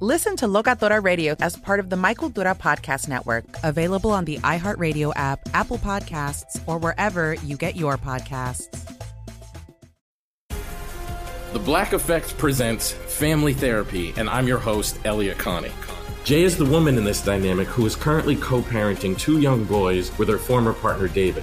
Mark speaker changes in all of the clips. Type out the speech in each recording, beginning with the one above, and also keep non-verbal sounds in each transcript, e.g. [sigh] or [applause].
Speaker 1: Listen to Locatora Radio as part of the Michael Dura Podcast Network, available on the iHeartRadio app, Apple Podcasts, or wherever you get your podcasts.
Speaker 2: The Black Effect presents Family Therapy, and I'm your host, Elia Connie. Jay is the woman in this dynamic who is currently co parenting two young boys with her former partner, David.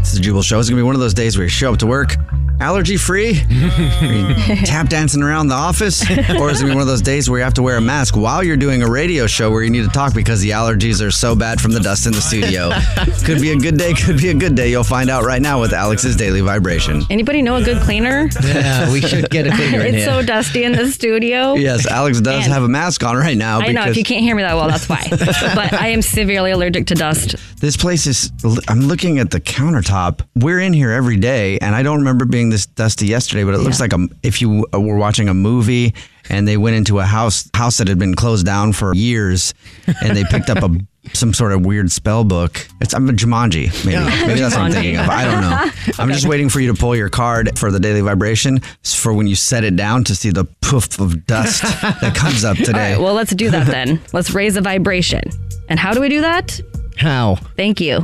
Speaker 3: It's the Jubal Show. It's gonna be one of those days where you show up to work. Allergy
Speaker 4: [laughs]
Speaker 3: free? Are you tap dancing around the office? Or is it gonna be one of those days where you have to wear a mask while you're doing a radio show where you need to talk because the allergies are so bad from the dust in the
Speaker 4: [laughs]
Speaker 3: studio? could be a good day, could be a good day. You'll find out right now with Alex's Daily Vibration.
Speaker 4: Anybody know a good cleaner?
Speaker 3: Yeah, we should
Speaker 4: [laughs]
Speaker 3: get a cleaner
Speaker 4: it's so dusty in the studio.
Speaker 3: Yes, Alex does
Speaker 4: Man.
Speaker 3: have a mask on right now
Speaker 4: I
Speaker 3: because
Speaker 4: know if you can't hear me that
Speaker 3: [laughs]
Speaker 4: well, that's why. but I am severely allergic to dust.
Speaker 3: this place is. I'm looking at the countertop. We're in here every day, and I don't remember being this dusty yesterday. But it looks like a, if you uh, were watching a movie and they went into a house house that had been closed down for years, and they picked up
Speaker 4: [laughs]
Speaker 3: a some sort of weird spell book. It's I'm a Jumanji, maybe. Maybe that's what I'm
Speaker 4: Jumanji.
Speaker 3: thinking of. I don't
Speaker 4: [laughs]
Speaker 3: know. I'm just waiting for you to pull your card for the daily vibration for when you set it down to see the poof of dust
Speaker 4: [laughs]
Speaker 3: that comes up
Speaker 4: All
Speaker 3: today.
Speaker 4: right, well, let's do
Speaker 3: [laughs]
Speaker 4: that then. Let's raise the vibration. And how do we do that?
Speaker 3: How? [laughs]
Speaker 4: Thank you.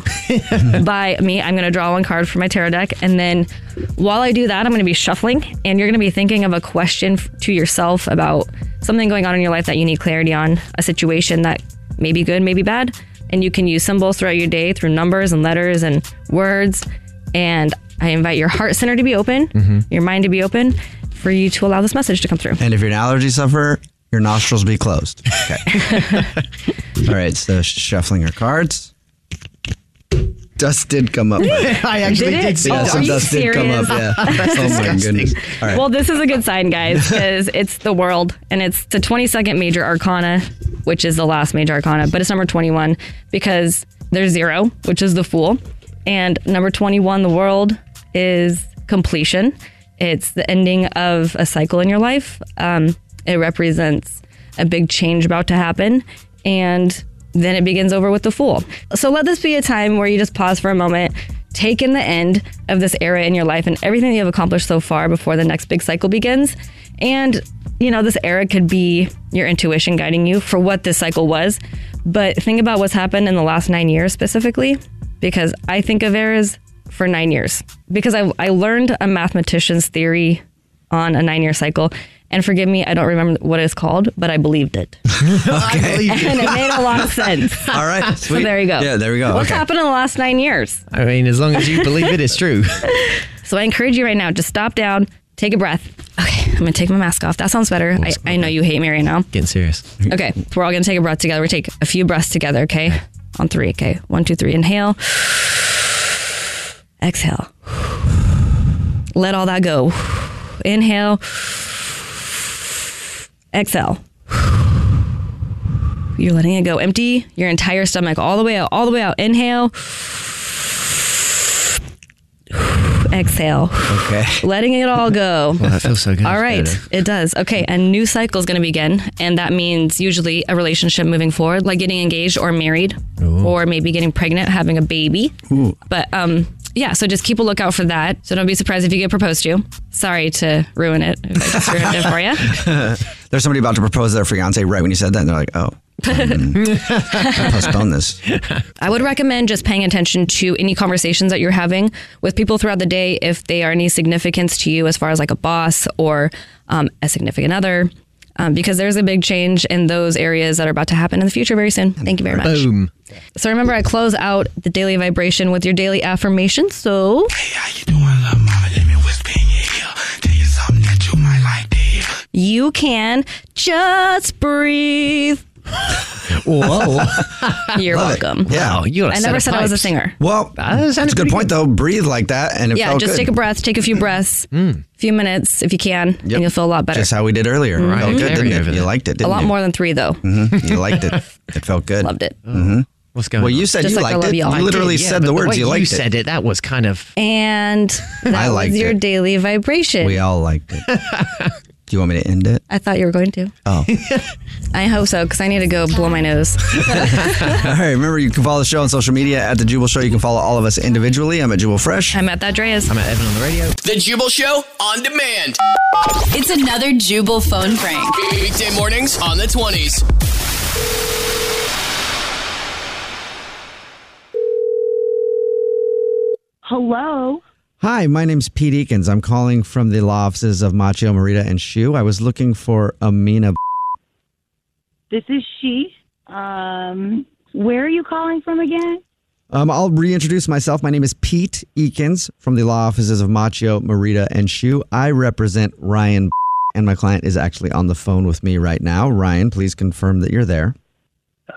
Speaker 4: By me, I'm going to draw one card from my tarot deck. And then while I do that, I'm going to be shuffling. And you're going to be thinking of a question f- to yourself about something going on in your life that you need clarity on, a situation that may be good, may be bad. And you can use symbols throughout your day through numbers and letters and words. And I invite your heart center to be open,
Speaker 3: Mm-hmm.
Speaker 4: your mind to be open for you to allow this message to come through.
Speaker 3: And if you're an allergy sufferer, your nostrils be closed. Okay.
Speaker 4: [laughs]
Speaker 3: All right, so sh- shuffling your cards. Dust did come
Speaker 4: [laughs]
Speaker 3: up. I
Speaker 4: actually Did did it? see
Speaker 3: Yeah,
Speaker 4: that.
Speaker 3: some
Speaker 4: Are you
Speaker 3: dust did come up.
Speaker 4: serious? [laughs]
Speaker 3: Yeah. oh my goodness. All right. [laughs]
Speaker 4: Well, [laughs] this is a good sign, guys, because it's the world and it's the 22nd major arcana, which is the last major arcana, but it's number 21 because there's zero, which is the fool. And number 21, the world, is completion. It's the ending of a cycle in your life. Um, it represents a big change about to happen. And then it begins over with the fool. So let this be a time where you just pause for a moment, take in the end of this era in your life and everything that you have accomplished so far before the next big cycle begins. And, you know, this era could be your intuition guiding you for what this cycle was. But think about what's happened in the last nine years specifically, because I think of eras for nine years. Because I, I learned a mathematician's theory on a nine year cycle. And forgive me, I don't remember what it's called, but I
Speaker 3: [laughs]
Speaker 4: believed it. and it made a lot of sense.
Speaker 3: All right.
Speaker 4: [laughs] So
Speaker 3: Sweet.
Speaker 4: there you go.
Speaker 3: Yeah, there we go.
Speaker 4: What's
Speaker 3: okay.
Speaker 4: happened in the last nine years?
Speaker 5: I mean, as long as you believe it, it's
Speaker 3: [laughs]
Speaker 5: true.
Speaker 4: So I encourage you right now, just stop down, take a breath. Okay, I'm gonna take my mask off. That sounds better. I, I know you hate me right now.
Speaker 5: Getting serious.
Speaker 4: Okay, so we're all gonna take a breath together. We take a few breaths together, okay? On three, okay? One, two, three. Inhale. Exhale. Let all that go. Inhale. Exhale. You're letting it go. Empty your entire stomach all the way out, all the way out. Inhale. Exhale.
Speaker 5: Okay.
Speaker 4: Letting it all go.
Speaker 5: [laughs] Well, that feels so good.
Speaker 4: All right,
Speaker 5: Better.
Speaker 4: it does. Okay, a new cycle is going to begin, and that means usually a relationship moving forward, like getting engaged or married,
Speaker 6: Ooh.
Speaker 4: or maybe getting pregnant, having a baby.
Speaker 6: Ooh.
Speaker 4: But um, yeah, so just keep a lookout for that. So don't be surprised if you get proposed to. Sorry to ruin it if I just ruined it for you.
Speaker 3: [laughs] There's somebody about to propose to their fiance right when you said that. And they're like, oh,
Speaker 4: [laughs]
Speaker 3: I postponed this.
Speaker 4: I would recommend just paying attention to any conversations that you're having with people throughout the day if they are any significance to you as far as like a boss or um, a significant other, um, because there's a big change in those areas that are about to happen in the future very soon. Thank you very much.
Speaker 5: Boom.
Speaker 4: So remember, I close out the daily vibration with your daily affirmation. So. You can just breathe.
Speaker 3: [laughs]
Speaker 5: Whoa.
Speaker 4: [laughs] You're
Speaker 3: Love it.
Speaker 4: welcome.
Speaker 3: Yeah.
Speaker 4: I never said I was a singer.
Speaker 3: Well, it's a good point, though. Breathe like that. And it
Speaker 4: yeah,
Speaker 3: felt
Speaker 4: just
Speaker 3: good.
Speaker 4: take a breath, take a few breaths,
Speaker 3: Mm.
Speaker 4: few minutes if you can, and you'll feel a lot better.
Speaker 3: Just how we did earlier. It
Speaker 4: Right.
Speaker 3: felt good,
Speaker 4: Very
Speaker 3: didn't it? You liked it,
Speaker 4: a
Speaker 3: didn't
Speaker 4: lot
Speaker 3: you?
Speaker 4: more than three though.
Speaker 3: Mhm. You liked it. It felt good. Loved
Speaker 4: it.
Speaker 3: Mm-hmm.
Speaker 5: Oh, What's going
Speaker 3: well,
Speaker 5: on?
Speaker 3: you said
Speaker 4: Just
Speaker 3: you
Speaker 4: like I
Speaker 3: liked
Speaker 4: love
Speaker 3: it.
Speaker 4: you all. I
Speaker 3: You literally
Speaker 4: did, yeah,
Speaker 3: said
Speaker 5: but
Speaker 3: the
Speaker 5: the
Speaker 3: words.
Speaker 5: way
Speaker 3: you
Speaker 5: you
Speaker 3: liked it.
Speaker 5: said it, that was kind of.
Speaker 4: And [laughs] that
Speaker 3: I liked
Speaker 4: was your
Speaker 3: it.
Speaker 4: daily vibration.
Speaker 3: We all liked it.
Speaker 4: [laughs]
Speaker 3: Do you want me to end it?
Speaker 4: I thought you were
Speaker 3: [laughs]
Speaker 4: going to.
Speaker 3: Oh.
Speaker 4: I hope so because I need to go blow my nose.
Speaker 3: all right. Remember, you can follow the show on social media at The Jubal Show. You can follow all of us individually. I'm at Jubal [laughs] Fresh.
Speaker 4: I'm at That Dreas.
Speaker 3: I'm at Evan on the radio.
Speaker 7: The Jubal Show on demand.
Speaker 8: It's another Jubal phone prank.
Speaker 7: Weekday mornings on the 20s.
Speaker 9: Hello.
Speaker 3: Hi, my name's Pete Eakins. I'm calling from the law offices of Macho, Marita, and Shu. I was looking for Amina.
Speaker 9: This is she. Um, where are you calling from again?
Speaker 3: Um, I'll reintroduce myself. My name is Pete Eakins from the law offices of Macho, Marita, and Shu. I represent Ryan, [laughs] and my client is actually on the phone with me right now. Ryan, please confirm that you're there.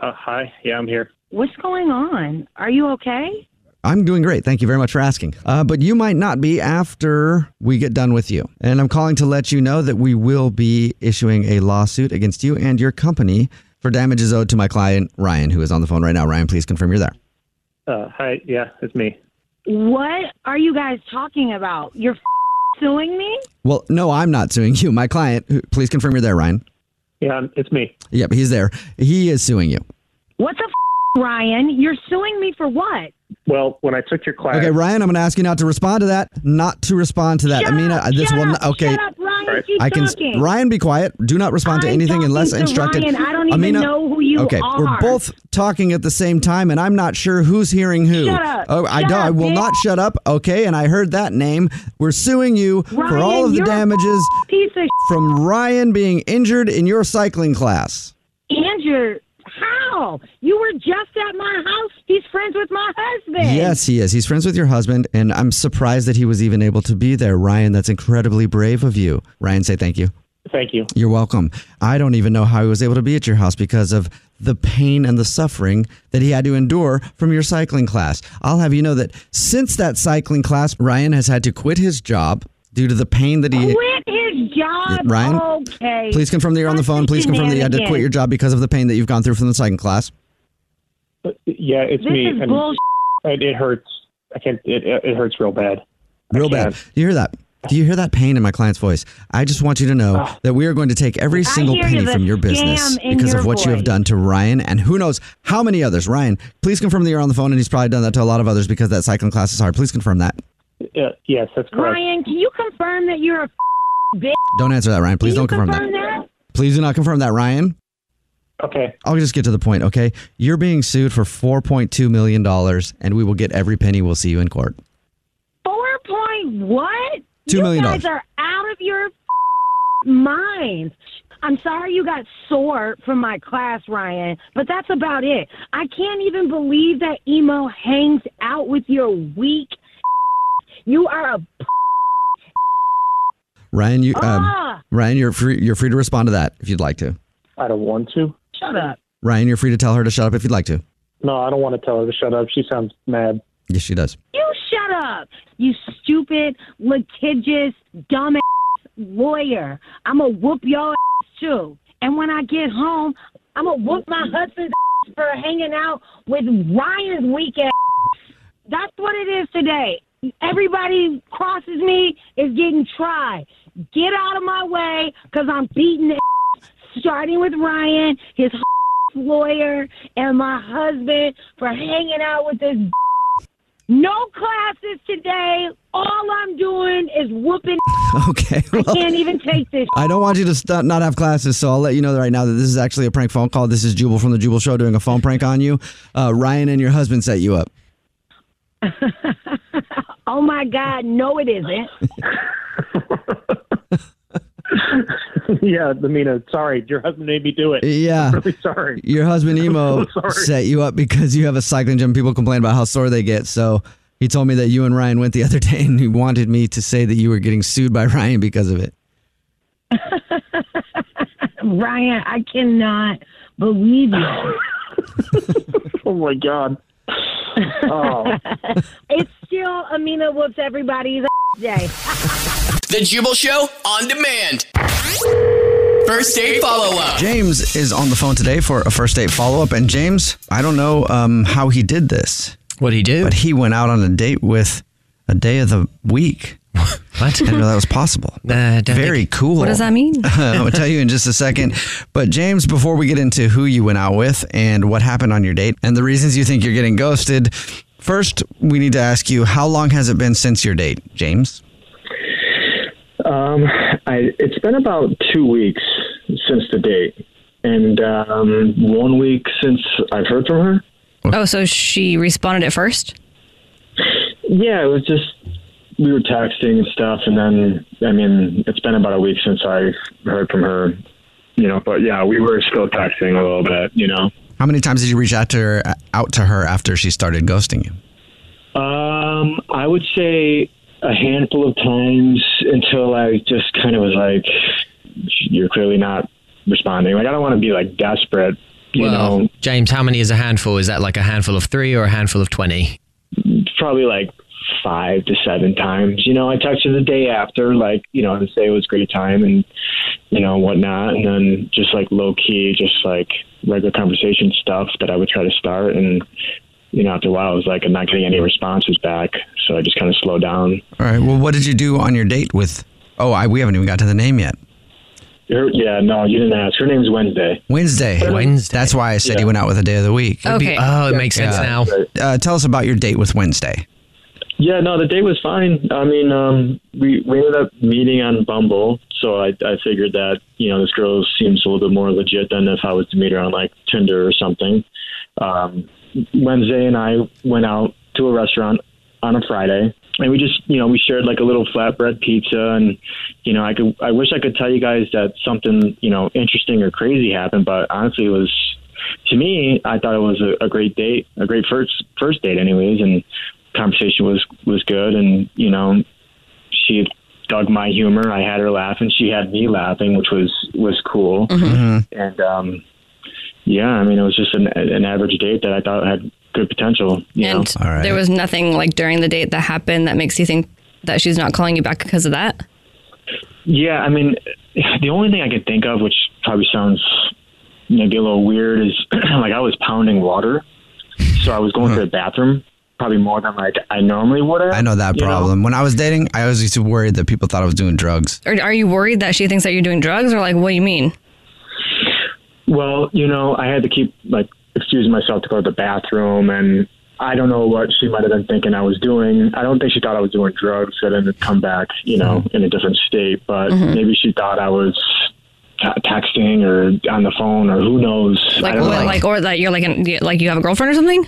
Speaker 10: Uh, hi. Yeah, I'm here.
Speaker 9: What's going on? Are you okay?
Speaker 3: I'm doing great. Thank you very much for asking. Uh, but you might not be after we get done with you. And I'm calling to let you know that we will be issuing a lawsuit against you and your company for damages owed to my client, Ryan, who is on the phone right now. Ryan, please confirm you're there.
Speaker 10: Uh, hi. Yeah, it's me.
Speaker 9: What are you guys talking about? You're f- suing me?
Speaker 3: Well, no, I'm not suing you. My client, who- please confirm you're there, Ryan.
Speaker 10: Yeah, it's me.
Speaker 3: Yep, he's there. He is suing you.
Speaker 9: What the f- Ryan? You're suing me for what?
Speaker 10: Well, when I took your class,
Speaker 3: Okay, Ryan, I'm going to ask you not to respond to that. Not to respond to that. Amina, this will not. Okay.
Speaker 9: Shut up, Ryan. Keep
Speaker 3: I can
Speaker 9: talking.
Speaker 3: Ryan be quiet. Do not respond to
Speaker 9: I'm
Speaker 3: anything
Speaker 9: talking
Speaker 3: unless
Speaker 9: to
Speaker 3: instructed.
Speaker 9: Ryan. I don't even
Speaker 3: Amina,
Speaker 9: know who you
Speaker 3: okay, we're
Speaker 9: are.
Speaker 3: both talking at the same time, and I'm not sure who's hearing who.
Speaker 9: Shut up.
Speaker 3: Oh, I
Speaker 9: Shut
Speaker 3: don't. I
Speaker 9: up,
Speaker 3: will
Speaker 9: bitch.
Speaker 3: not shut up. Okay, and I heard that name. We're suing you for all
Speaker 9: Ryan,
Speaker 3: of the
Speaker 9: you're a
Speaker 3: damages
Speaker 9: piece of
Speaker 3: from Ryan being injured in your cycling class.
Speaker 9: And you're how? You were just at my house. He's friends with my husband.
Speaker 3: Yes, he is. He's friends with your husband, and I'm surprised that he was even able to be there. Ryan, that's incredibly brave of you. Ryan, say thank you.
Speaker 10: Thank you.
Speaker 3: You're welcome. I don't even know how he was able to be at your house because of the pain and the suffering that he had to endure from your cycling class. I'll have you know that since that cycling class, Ryan has had to quit his job due to the pain that he.
Speaker 9: Quit his job.
Speaker 3: Ryan,
Speaker 9: okay.
Speaker 3: Please confirm that you're on the phone. Please confirm that you had to quit your job because of the pain that you've gone through from the cycling class.
Speaker 10: uh, yeah, it's
Speaker 9: This
Speaker 10: me.
Speaker 9: is
Speaker 10: and,
Speaker 9: bullshit.
Speaker 10: and it hurts. I can't. It, it hurts real bad.
Speaker 3: Real bad. Do you hear that? Do you hear that pain in my client's voice? I just want you to know that we are going to take every single
Speaker 9: Ah. hear
Speaker 3: penny
Speaker 9: the
Speaker 3: from your business
Speaker 9: scam in
Speaker 3: because
Speaker 9: your
Speaker 3: of what you have
Speaker 9: voice.
Speaker 3: done to Ryan and who knows how many others. Ryan, please confirm that you're on the phone and he's probably done that to a lot of others because that cycling class is hard. Please confirm that.
Speaker 10: Uh, yes, that's correct.
Speaker 9: Ryan, can you confirm that you're a f***ing bitch?
Speaker 3: Don't answer that, Ryan. Please
Speaker 9: Can you
Speaker 3: don't confirm,
Speaker 9: confirm
Speaker 3: that.
Speaker 9: that?
Speaker 3: Please do not confirm that, Ryan.
Speaker 10: Okay.
Speaker 3: I'll just get to the point, okay? You're being sued for $4.2 million and we will get every penny. We'll see you in court.
Speaker 9: Four point what?
Speaker 3: Two
Speaker 9: you
Speaker 3: million
Speaker 9: guys
Speaker 3: dollars.
Speaker 9: are out of your f***ing minds. I'm sorry you got sore from my class, Ryan, but that's about it. I can't even believe that emo hangs out with your weak. You are a
Speaker 3: Ryan, you, um,
Speaker 9: Ah!
Speaker 3: Ryan, you're free, you're free to respond to that if you'd like to.
Speaker 10: I don't want to.
Speaker 9: shut up.
Speaker 3: Ryan, you're free to tell her to shut up if you'd like to.
Speaker 10: No, I don't want to tell her to shut up. She sounds mad.
Speaker 3: Yes, she does. [laughs]
Speaker 9: You shut up. You stupid, litigious, dumbass. lawyer. I'm going to whoop your ass too. And when I get home, I'm going to whoop my husband's ass for hanging out with Ryan's weak ass. That's what it is today. Everybody crosses me is getting tried. Get out of my way because I'm beating the ass, starting with Ryan, his lawyer, and my husband for hanging out with this. No classes today. All I'm doing is whooping. [laughs]
Speaker 3: Okay.
Speaker 9: I can't even take this.
Speaker 3: I don't want you to st- not have classes, so I'll let you know right now that this is actually a prank phone call. This is Jubal from the Jubal Show doing a phone prank on you. Uh, Ryan and your husband set you up.
Speaker 9: Oh my God, no, it isn't. [laughs]
Speaker 10: [laughs] yeah, Lamina, sorry. Your husband made me do it.
Speaker 3: Yeah.
Speaker 10: I'm really sorry. [laughs]
Speaker 3: Your husband Emo
Speaker 10: I'm so sorry.
Speaker 3: set you up because you have a cycling gym. People complain about how sore they get, so he told me that you and Ryan went the other [laughs] day, and he wanted me to say that you were getting sued by [laughs] Ryan because of it.
Speaker 9: Ryan, I cannot believe you.
Speaker 10: oh my God.
Speaker 11: [laughs]
Speaker 10: Oh.
Speaker 9: [laughs] it's still Amina whoops everybody's [laughs]
Speaker 3: [laughs]
Speaker 9: day.
Speaker 7: The Jubal Show on demand. First date follow up.
Speaker 3: James is on the phone today for a first date follow up, and James, I don't know um, how he did this. What he did? But he went out on a date with a day of the week. [laughs] What? I didn't know that was [laughs] possible. Very cool.
Speaker 4: What does
Speaker 3: [laughs]
Speaker 4: that mean?
Speaker 3: I'll tell you in just a second. But James, before we get into who you went out with and what happened on your date and the reasons you think you're getting ghosted, first we need to ask you how long has it been since your date, James?
Speaker 10: Um, I, it's been about two weeks since the date, and um, one week since I've heard from her.
Speaker 4: Oh, so she responded at first?
Speaker 10: Yeah, it was just we were texting and stuff, and then I mean, it's been about a week since I've heard from her. You know, but yeah, we were still texting a little bit. You know,
Speaker 3: How many times did you reach out to her, out to her after she started ghosting you?
Speaker 10: Um, I would say a handful of times until I just kind of was like, "You're clearly not responding." Like I don't want to be like desperate, you
Speaker 5: well,
Speaker 10: know.
Speaker 5: James, how many is a handful? Is that like a handful of three or a handful of 20?
Speaker 10: Probably like five to seven times. You know, I texted the day after, like you know, to say it was a great time and you know whatnot, and then just like low key, just like regular conversation stuff that I would try to start and. You know, after a while, I was like, I'm not getting any responses back. So I just kind of slowed down.
Speaker 3: All right. Well, what did you do on your date with? Oh, I, we haven't even got to the name yet.
Speaker 10: Her, yeah, no, you didn't ask. Her name's Wednesday.
Speaker 3: Wednesday. Wednesday. That's why I said you went out with a day of the week.
Speaker 10: It'd be- Okay. oh, it makes sense now.
Speaker 3: Uh, tell us about your date with Wednesday.
Speaker 10: Yeah, no, the date was fine. I mean, um, we we ended up meeting on Bumble, so I I figured that you know this girl seems a little bit more legit than if I was to meet her on like Tinder or something. Um, Wednesday and I went out to a restaurant on a Friday, and we just you know we shared like a little flatbread pizza, and you know I could I wish I could tell you guys that something you know interesting or crazy happened, but honestly it was to me, I thought it was a, a great date, a great first first date, anyways. And conversation was was good, and you know, she dug my humor. I had her laughing, she had me laughing, which was was cool.
Speaker 4: Mm-hmm.
Speaker 10: And um, yeah, I mean, it was just an an average date that I thought had good potential. You
Speaker 4: and
Speaker 10: know?
Speaker 4: There was nothing like during the date that happened that makes you think that she's not calling you back because of that?
Speaker 10: Yeah, I mean, the only thing I could think of, which probably sounds maybe a little weird, is [clears throat] like I was pounding water, so I was going to the bathroom probably more than like I normally would have.
Speaker 3: I know that problem. When I was dating, I always used to worry that people thought I was doing drugs.
Speaker 4: Or are you worried that she thinks that you're doing drugs or like what do you mean?
Speaker 10: Well, you know, I had to keep like excusing myself to go to the bathroom, and I don't know what she might have been thinking I was doing. I don't think she thought I was doing drugs. I didn't come back, you know,
Speaker 4: Mm-hmm.
Speaker 10: in a different state, but
Speaker 4: Mhm.
Speaker 10: maybe she thought I was t- texting or on the phone or who knows. I
Speaker 4: Like
Speaker 10: don't
Speaker 4: what,
Speaker 10: know.
Speaker 4: like or that you're like an, like you have a girlfriend or something?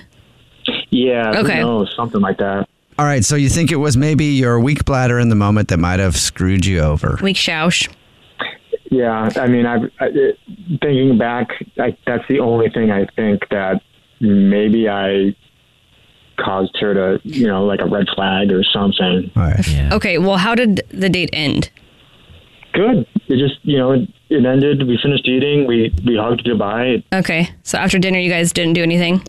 Speaker 10: yeah,
Speaker 4: Okay.
Speaker 10: who knows, something like that.
Speaker 3: All right, so you think it was maybe your weak bladder in the moment that might have screwed you over.
Speaker 4: Weak shoush.
Speaker 10: Yeah, I mean, I've, I it- thinking back, I, that's the only thing I think that maybe I caused her to, you know, like a red flag or something.
Speaker 3: All right.
Speaker 4: Okay, well how did the date end?
Speaker 10: Good. It just, you know, it, it ended. We finished eating. We we hugged goodbye.
Speaker 4: Okay. So after dinner you guys didn't do anything?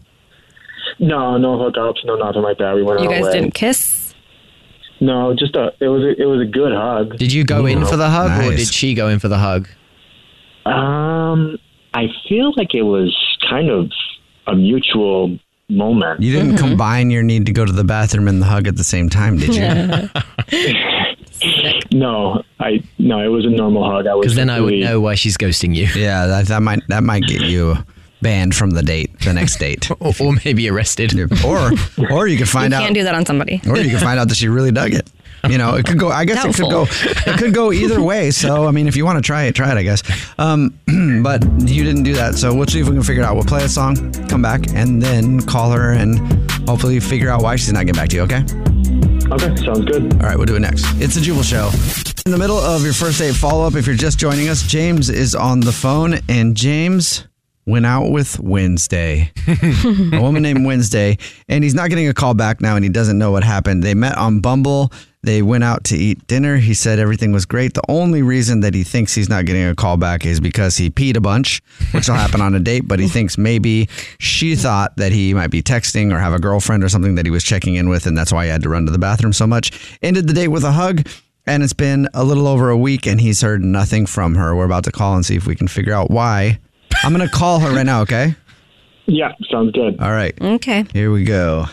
Speaker 10: No, no hookups, no nothing like that. We went
Speaker 4: You
Speaker 10: our
Speaker 4: guys
Speaker 10: way.
Speaker 4: didn't kiss?
Speaker 10: No, just a it was a, it was a good hug.
Speaker 5: Did you go in for the hug or did she go in for the hug?
Speaker 10: Um, I feel like it was kind of a mutual moment.
Speaker 3: You didn't combine your need to go to the bathroom and the hug at the same time, did
Speaker 10: [laughs]
Speaker 3: you?
Speaker 10: no, I no, it was a normal hug. I was
Speaker 5: Because then I would
Speaker 10: completely-
Speaker 5: know why she's ghosting you.
Speaker 3: [laughs] Yeah, that, that might that might get you banned from the date, the next
Speaker 5: [laughs]
Speaker 3: date, or,
Speaker 5: maybe arrested,
Speaker 3: or or you could find
Speaker 4: you
Speaker 3: out
Speaker 4: can't do that on somebody.
Speaker 3: or you can
Speaker 4: [laughs]
Speaker 3: find out that she really dug it. You know, it could go. I guess it could go. It could go either way. So, I mean, if you want to try it, try it. I guess. Um, [clears throat] but you didn't do that. So we'll see if we can figure it out. We'll play a song, come back, and then call her and hopefully figure out why she's not getting back to you. Okay.
Speaker 10: Okay, sounds good.
Speaker 3: All right, we'll do it next. It's the Jubal Show. In the middle of your first date follow up, if you're just joining us, James is on the phone, and James went out with Wednesday, a woman named Wednesday, and he's not getting a call back now, and he doesn't know what happened. They met on Bumble. They went out to eat dinner. He said everything was great. The only reason that he thinks he's not getting a call back is because he peed a bunch, which will happen on a date, but he thinks maybe she thought that he might be texting or have a girlfriend or something that he was checking in with, and that's why he had to run to the bathroom so much. Ended the date with a hug. And it's been a little over a week, and he's heard nothing from her. We're about to call and see if we can figure out why. I'm going to call her right now, okay?
Speaker 10: [laughs] Yeah, sounds good.
Speaker 3: All right.
Speaker 4: Okay.
Speaker 3: Here we go.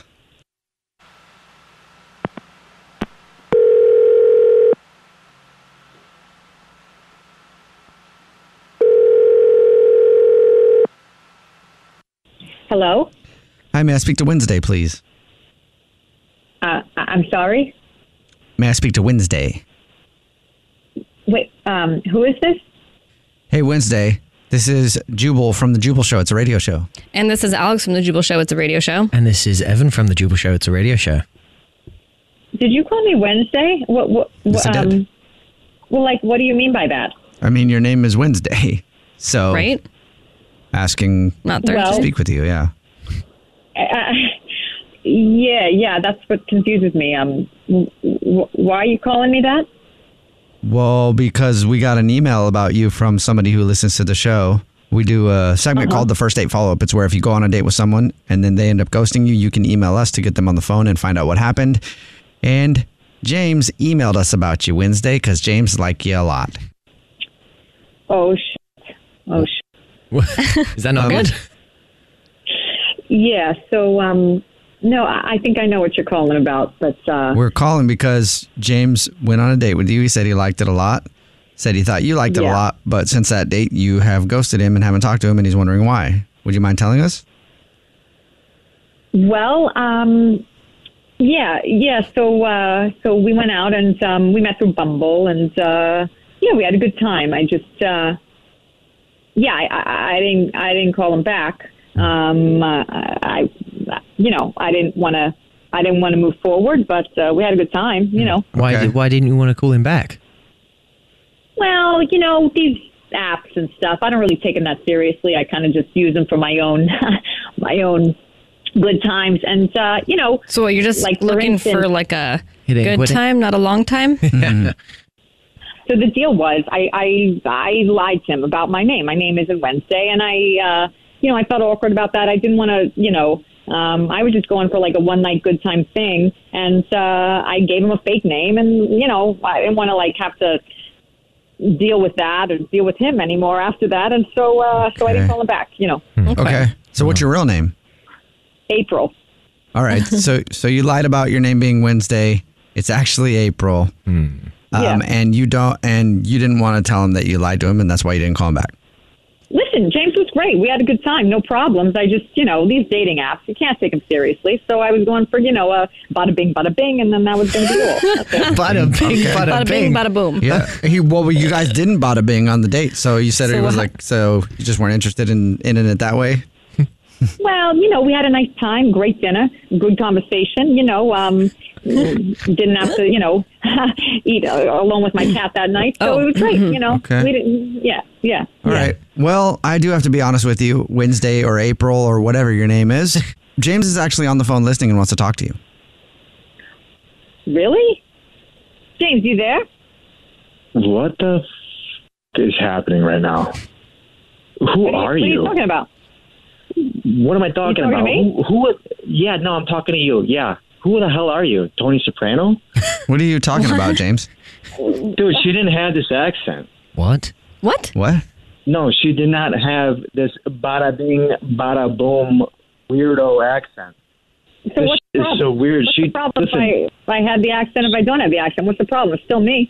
Speaker 6: Hello.
Speaker 3: Hi, may I speak to Wednesday, please?
Speaker 6: Uh, I- I'm sorry.
Speaker 3: May I speak to Wednesday?
Speaker 6: Wait. Um, who is this?
Speaker 3: Hey, Wednesday. This is Jubal from The Jubal Show. It's a radio show.
Speaker 4: And this is Alex from the Jubal Show. It's a radio show.
Speaker 5: And this is Evan from The Jubal Show. It's a radio show.
Speaker 6: Did you call me Wednesday? What? What?
Speaker 3: Yes, I
Speaker 6: um,
Speaker 3: did.
Speaker 6: Well, like, what do you mean by that?
Speaker 3: I mean, your name is Wednesday. [laughs] So,
Speaker 6: Right.
Speaker 3: asking
Speaker 6: Not Thursday.
Speaker 3: to speak with you, yeah.
Speaker 6: Uh, yeah, yeah. That's what confuses me. Um, w- w- why are you calling me that?
Speaker 3: Well, because we got an email about you from somebody who listens to the show. We do a segment called the first date follow up. It's where if you go on a date with someone and then they end up ghosting you, you can email us to get them on the phone and find out what happened. And James emailed us about you Wednesday because James like you a lot.
Speaker 6: Oh shit. Oh shit.
Speaker 5: Is that
Speaker 3: Um,
Speaker 5: not good?
Speaker 6: Yeah. So, um, no, I-, I think I know what you're calling about, but uh,
Speaker 3: We're calling because James went on a date with you. He said he liked it a lot. Said he thought you liked it a
Speaker 6: Yeah.
Speaker 3: lot, but since that date, you have ghosted him and haven't talked to him, and he's wondering why. Would you mind telling us?
Speaker 6: Well, um, yeah, yeah. So, uh, so we went out and um, we met through Bumble, and uh, yeah, we had a good time. I just, uh, yeah, I, I, I didn't, I didn't call him back. Um, uh, I, you know, I didn't want to, I didn't want to move forward, but uh, we had a good time. You know,
Speaker 5: Why, did, why didn't you want to call him back?
Speaker 6: well, you know these apps and stuff. I don't really take them that seriously. I kind of just use them for my own, [laughs] my own good times, and uh, you know.
Speaker 4: So what, you're just
Speaker 6: Like, for
Speaker 4: looking
Speaker 6: instance-
Speaker 4: for like a
Speaker 6: It ain't
Speaker 4: good
Speaker 6: what it-
Speaker 4: time, not a long time.
Speaker 6: So the deal was, I, I I lied to him about my name. My name isn't Wednesday, and I, uh, you know, I felt awkward about that. I didn't want to, you know, um, I was just going for like a one night good time thing, and uh, I gave him a fake name, and you know, I didn't want to like have to deal with that or deal with him anymore after that, and so uh, so I didn't
Speaker 3: Okay. Hmm.
Speaker 6: call him back. You know,
Speaker 3: Okay. So, what's your real name?
Speaker 6: April.
Speaker 3: All [laughs] right. so, so you lied about your name being Wednesday. It's actually April. Um,
Speaker 6: Yeah.
Speaker 3: And you don't, and you didn't want to tell him that you lied to him, and that's why you didn't call him back.
Speaker 6: Listen, James was great. We had a good time, no problems. I just, you know, these dating apps, you can't take them seriously. So I was going for, you know, a bada bing, bada bing, and then that was going to be
Speaker 3: [laughs]
Speaker 6: all. That's it.
Speaker 3: [laughs] Bada bing, bada,
Speaker 4: Bada bing, bada boom.
Speaker 3: Mm,
Speaker 4: [laughs]
Speaker 3: Yeah. He, well, you guys didn't bada bing on the date, so you said
Speaker 6: So
Speaker 3: it was
Speaker 6: what-
Speaker 3: like so you just weren't interested in in it that way.
Speaker 6: Well, you know, we had a nice time, great dinner, good conversation. You know, um, didn't have to, you know, [laughs] eat uh, alone with my cat that night. So it was great. You know,
Speaker 3: Oh, mm-hmm. Okay.
Speaker 6: we didn't. Yeah, yeah.
Speaker 3: All right. Well, I do have to be honest with you. Wednesday or April or whatever your name is, [laughs] James is actually on the phone listening and wants to talk to you.
Speaker 6: Really, James, you there?
Speaker 10: What the f- is happening right now? Who
Speaker 6: What
Speaker 10: are
Speaker 6: What are
Speaker 10: you?
Speaker 6: you talking about?
Speaker 10: What am I
Speaker 6: You talking
Speaker 10: talking,
Speaker 6: to
Speaker 10: about?
Speaker 6: me?
Speaker 10: Who, who? Yeah, no, I'm talking to you. Yeah. who the hell are you? Tony Soprano?
Speaker 3: [laughs] What are you talking about, James?
Speaker 10: Dude, she didn't have this accent.
Speaker 5: What?
Speaker 4: What?
Speaker 3: What?
Speaker 10: No, she did not have this bada bing, bada boom weirdo accent.
Speaker 6: So
Speaker 10: This
Speaker 6: what's the
Speaker 10: is
Speaker 6: problem?
Speaker 10: so weird.
Speaker 6: What's
Speaker 10: She-
Speaker 6: the problem
Speaker 10: listen.
Speaker 6: if I, if I had the accent, if I don't have the accent, what's the problem? It's still me.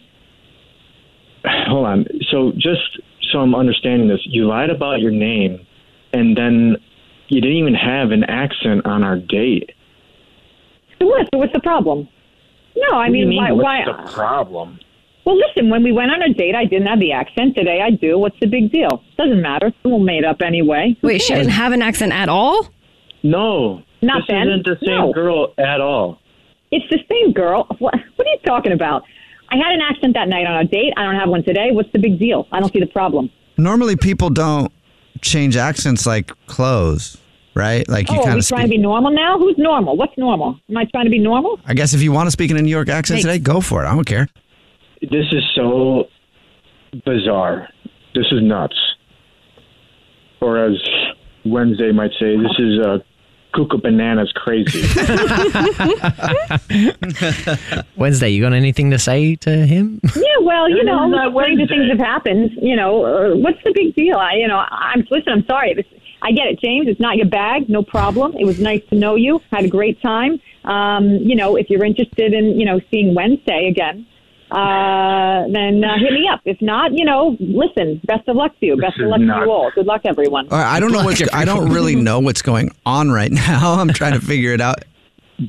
Speaker 10: Hold on. So just so I'm understanding this, you lied about your name, and then you didn't even have an accent on our date.
Speaker 6: So what? So what's the problem? No, I
Speaker 10: What do you
Speaker 6: mean, why?
Speaker 10: What's
Speaker 6: why
Speaker 10: the problem?
Speaker 6: well, listen, when we went on a date, I didn't have the accent. Today I do. What's the big deal? Doesn't matter. Someone made up anyway.
Speaker 4: Wait, she didn't have an accent at all?
Speaker 10: No.
Speaker 6: Not
Speaker 10: this
Speaker 6: then.
Speaker 10: isn't the same
Speaker 6: No.
Speaker 10: girl at all.
Speaker 6: It's the same girl. What, what are you talking about? I had an accent that night on a date. I don't have one today. What's the big deal? I don't see the problem.
Speaker 3: Normally, people don't change accents like clothes, right? Like you
Speaker 6: oh, are
Speaker 3: kind
Speaker 6: we
Speaker 3: of
Speaker 6: trying to
Speaker 3: speak.
Speaker 6: be normal now? Who's normal? What's normal? Am I trying to be normal?
Speaker 3: I guess if you want to speak in a New York accent
Speaker 6: Thanks.
Speaker 3: today, go for it. I don't care.
Speaker 10: This is so bizarre. This is nuts. Or as Wednesday might say, this is uh, cuckoo bananas
Speaker 6: [laughs]
Speaker 10: crazy.
Speaker 5: Wednesday, you got anything to say to him?
Speaker 6: Yeah, well, you know,
Speaker 10: No, no, no,
Speaker 6: kinds of
Speaker 10: Wednesday.
Speaker 6: things have happened. You know, uh, what's the big deal? I, you know, I'm listen. I'm sorry. This, I get it, James. It's not your bag. No problem. It was nice to know you. Had a great time. Um, you know, if you're interested in, you know, seeing Wednesday again, uh, then uh, hit me up. If not, you know, listen. Best of luck to you. Best
Speaker 3: This
Speaker 6: of
Speaker 3: is
Speaker 6: luck to
Speaker 3: nuts.
Speaker 6: you all. Good luck, everyone.
Speaker 3: All right, I don't know what's. I don't
Speaker 6: [laughs]
Speaker 3: really know what's going on right [laughs] now. I'm trying to figure it out.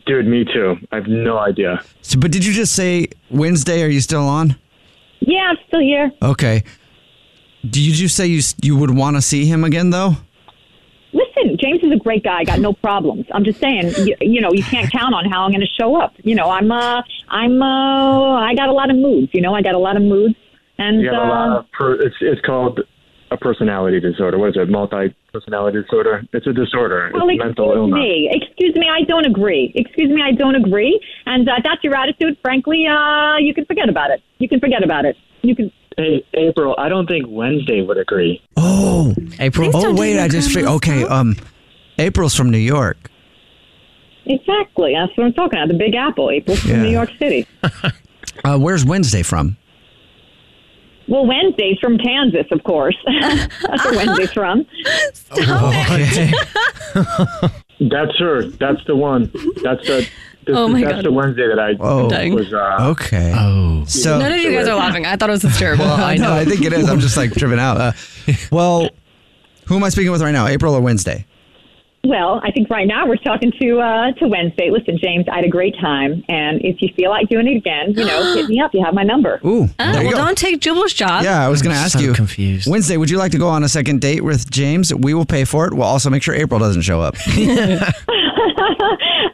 Speaker 10: Dude, me too. I have no idea.
Speaker 3: So, but did you just say Wednesday? Are you still on?
Speaker 6: Yeah, I'm still here.
Speaker 3: Okay. Did you say you s- you would want to see him again though?
Speaker 6: Listen, James is a great guy. I got no problems. I'm just saying, you, you know, you can't count on how I'm going to show up. You know, I'm, uh, I'm, uh, I got a lot of moods. You know, I got a lot of moods, and
Speaker 10: You have a lot
Speaker 6: uh,
Speaker 10: of per- it's, it's called a personality disorder. What is it? Multi personality disorder. It's a disorder.
Speaker 6: well,
Speaker 10: it's mental
Speaker 6: excuse
Speaker 10: illness.
Speaker 6: me, excuse me, I don't agree. Excuse me, I don't agree. And uh, that's your attitude. Frankly, uh, you can forget about it. You can forget about it. You can.
Speaker 10: Hey, April, I don't think Wednesday would agree.
Speaker 3: Oh, April.
Speaker 10: Please
Speaker 3: Oh
Speaker 10: don't do
Speaker 3: wait,
Speaker 10: that,
Speaker 3: I just figured.
Speaker 10: Grandma.
Speaker 3: Okay, um, April's from New York.
Speaker 6: Exactly. That's what I'm talking about. The Big Apple, April from
Speaker 3: Yeah.
Speaker 6: New York City.
Speaker 3: Uh, where's Wednesday from?
Speaker 6: Well, Wednesday's from Kansas, of course. [laughs] that's where Wednesday's from.
Speaker 10: That's her. That's the one. That's the. This,
Speaker 4: Oh my
Speaker 10: that's
Speaker 4: God.
Speaker 10: the Wednesday that I
Speaker 3: Oh,
Speaker 10: was. Uh,
Speaker 3: okay. Oh, so
Speaker 4: None of you guys are laughing. I thought it
Speaker 3: [laughs]
Speaker 4: was hysterical.
Speaker 3: Well,
Speaker 4: I know.
Speaker 3: I think it is. I'm just like tripping out. Uh, well, who am I speaking with right now? April or Wednesday?
Speaker 6: Well, I think right now we're talking to uh, to Wednesday. Listen, James, I had a great time, and if you feel like doing it again, you know,
Speaker 4: [gasps]
Speaker 6: hit me up. You have my number.
Speaker 3: Ooh,
Speaker 4: Oh,
Speaker 3: there you
Speaker 4: well,
Speaker 3: go.
Speaker 4: don't take Jubal's job.
Speaker 3: Yeah, I was going to
Speaker 5: I'm
Speaker 3: ask
Speaker 5: so
Speaker 3: you.
Speaker 5: confused.
Speaker 3: Wednesday, would you like to go on a second date with James? We will pay for it. We'll also make sure April doesn't show
Speaker 4: [laughs]
Speaker 3: up.
Speaker 6: [laughs]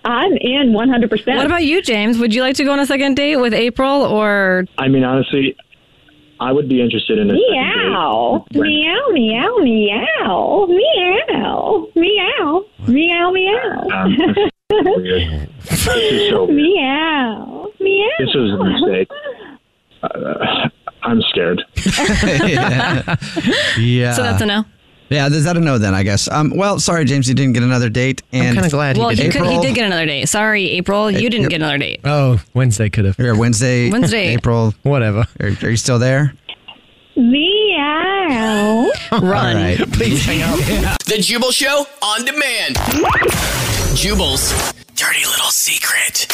Speaker 6: I'm in 100%.
Speaker 4: What about you, James? Would you like to go on a second date with April or
Speaker 10: I mean, honestly, I would be interested in a
Speaker 6: Meow,
Speaker 10: second date.
Speaker 6: meow, meow, meow, meow, meow, meow,
Speaker 10: Um,
Speaker 6: meow,
Speaker 10: this
Speaker 9: [laughs]
Speaker 10: is weird. This is so weird.
Speaker 6: meow, meow.
Speaker 10: This was a
Speaker 4: [laughs]
Speaker 10: mistake. Uh, I'm scared.
Speaker 3: yeah. yeah.
Speaker 4: So that's a no.
Speaker 3: Yeah, is that a no then, I guess? Um, well, sorry, James, you didn't get another date. And
Speaker 5: kinda glad
Speaker 4: Well, he, could,
Speaker 3: April,
Speaker 4: he did get another date. Sorry, April, you didn't get another date.
Speaker 3: Oh, Wednesday could have. Or Wednesday.
Speaker 4: Wednesday.
Speaker 3: April. Whatever. Are, are you still there?
Speaker 6: Meow.
Speaker 3: [laughs] All right.
Speaker 7: Please hang up. The Jubal Show on demand. Jubal's dirty little secret.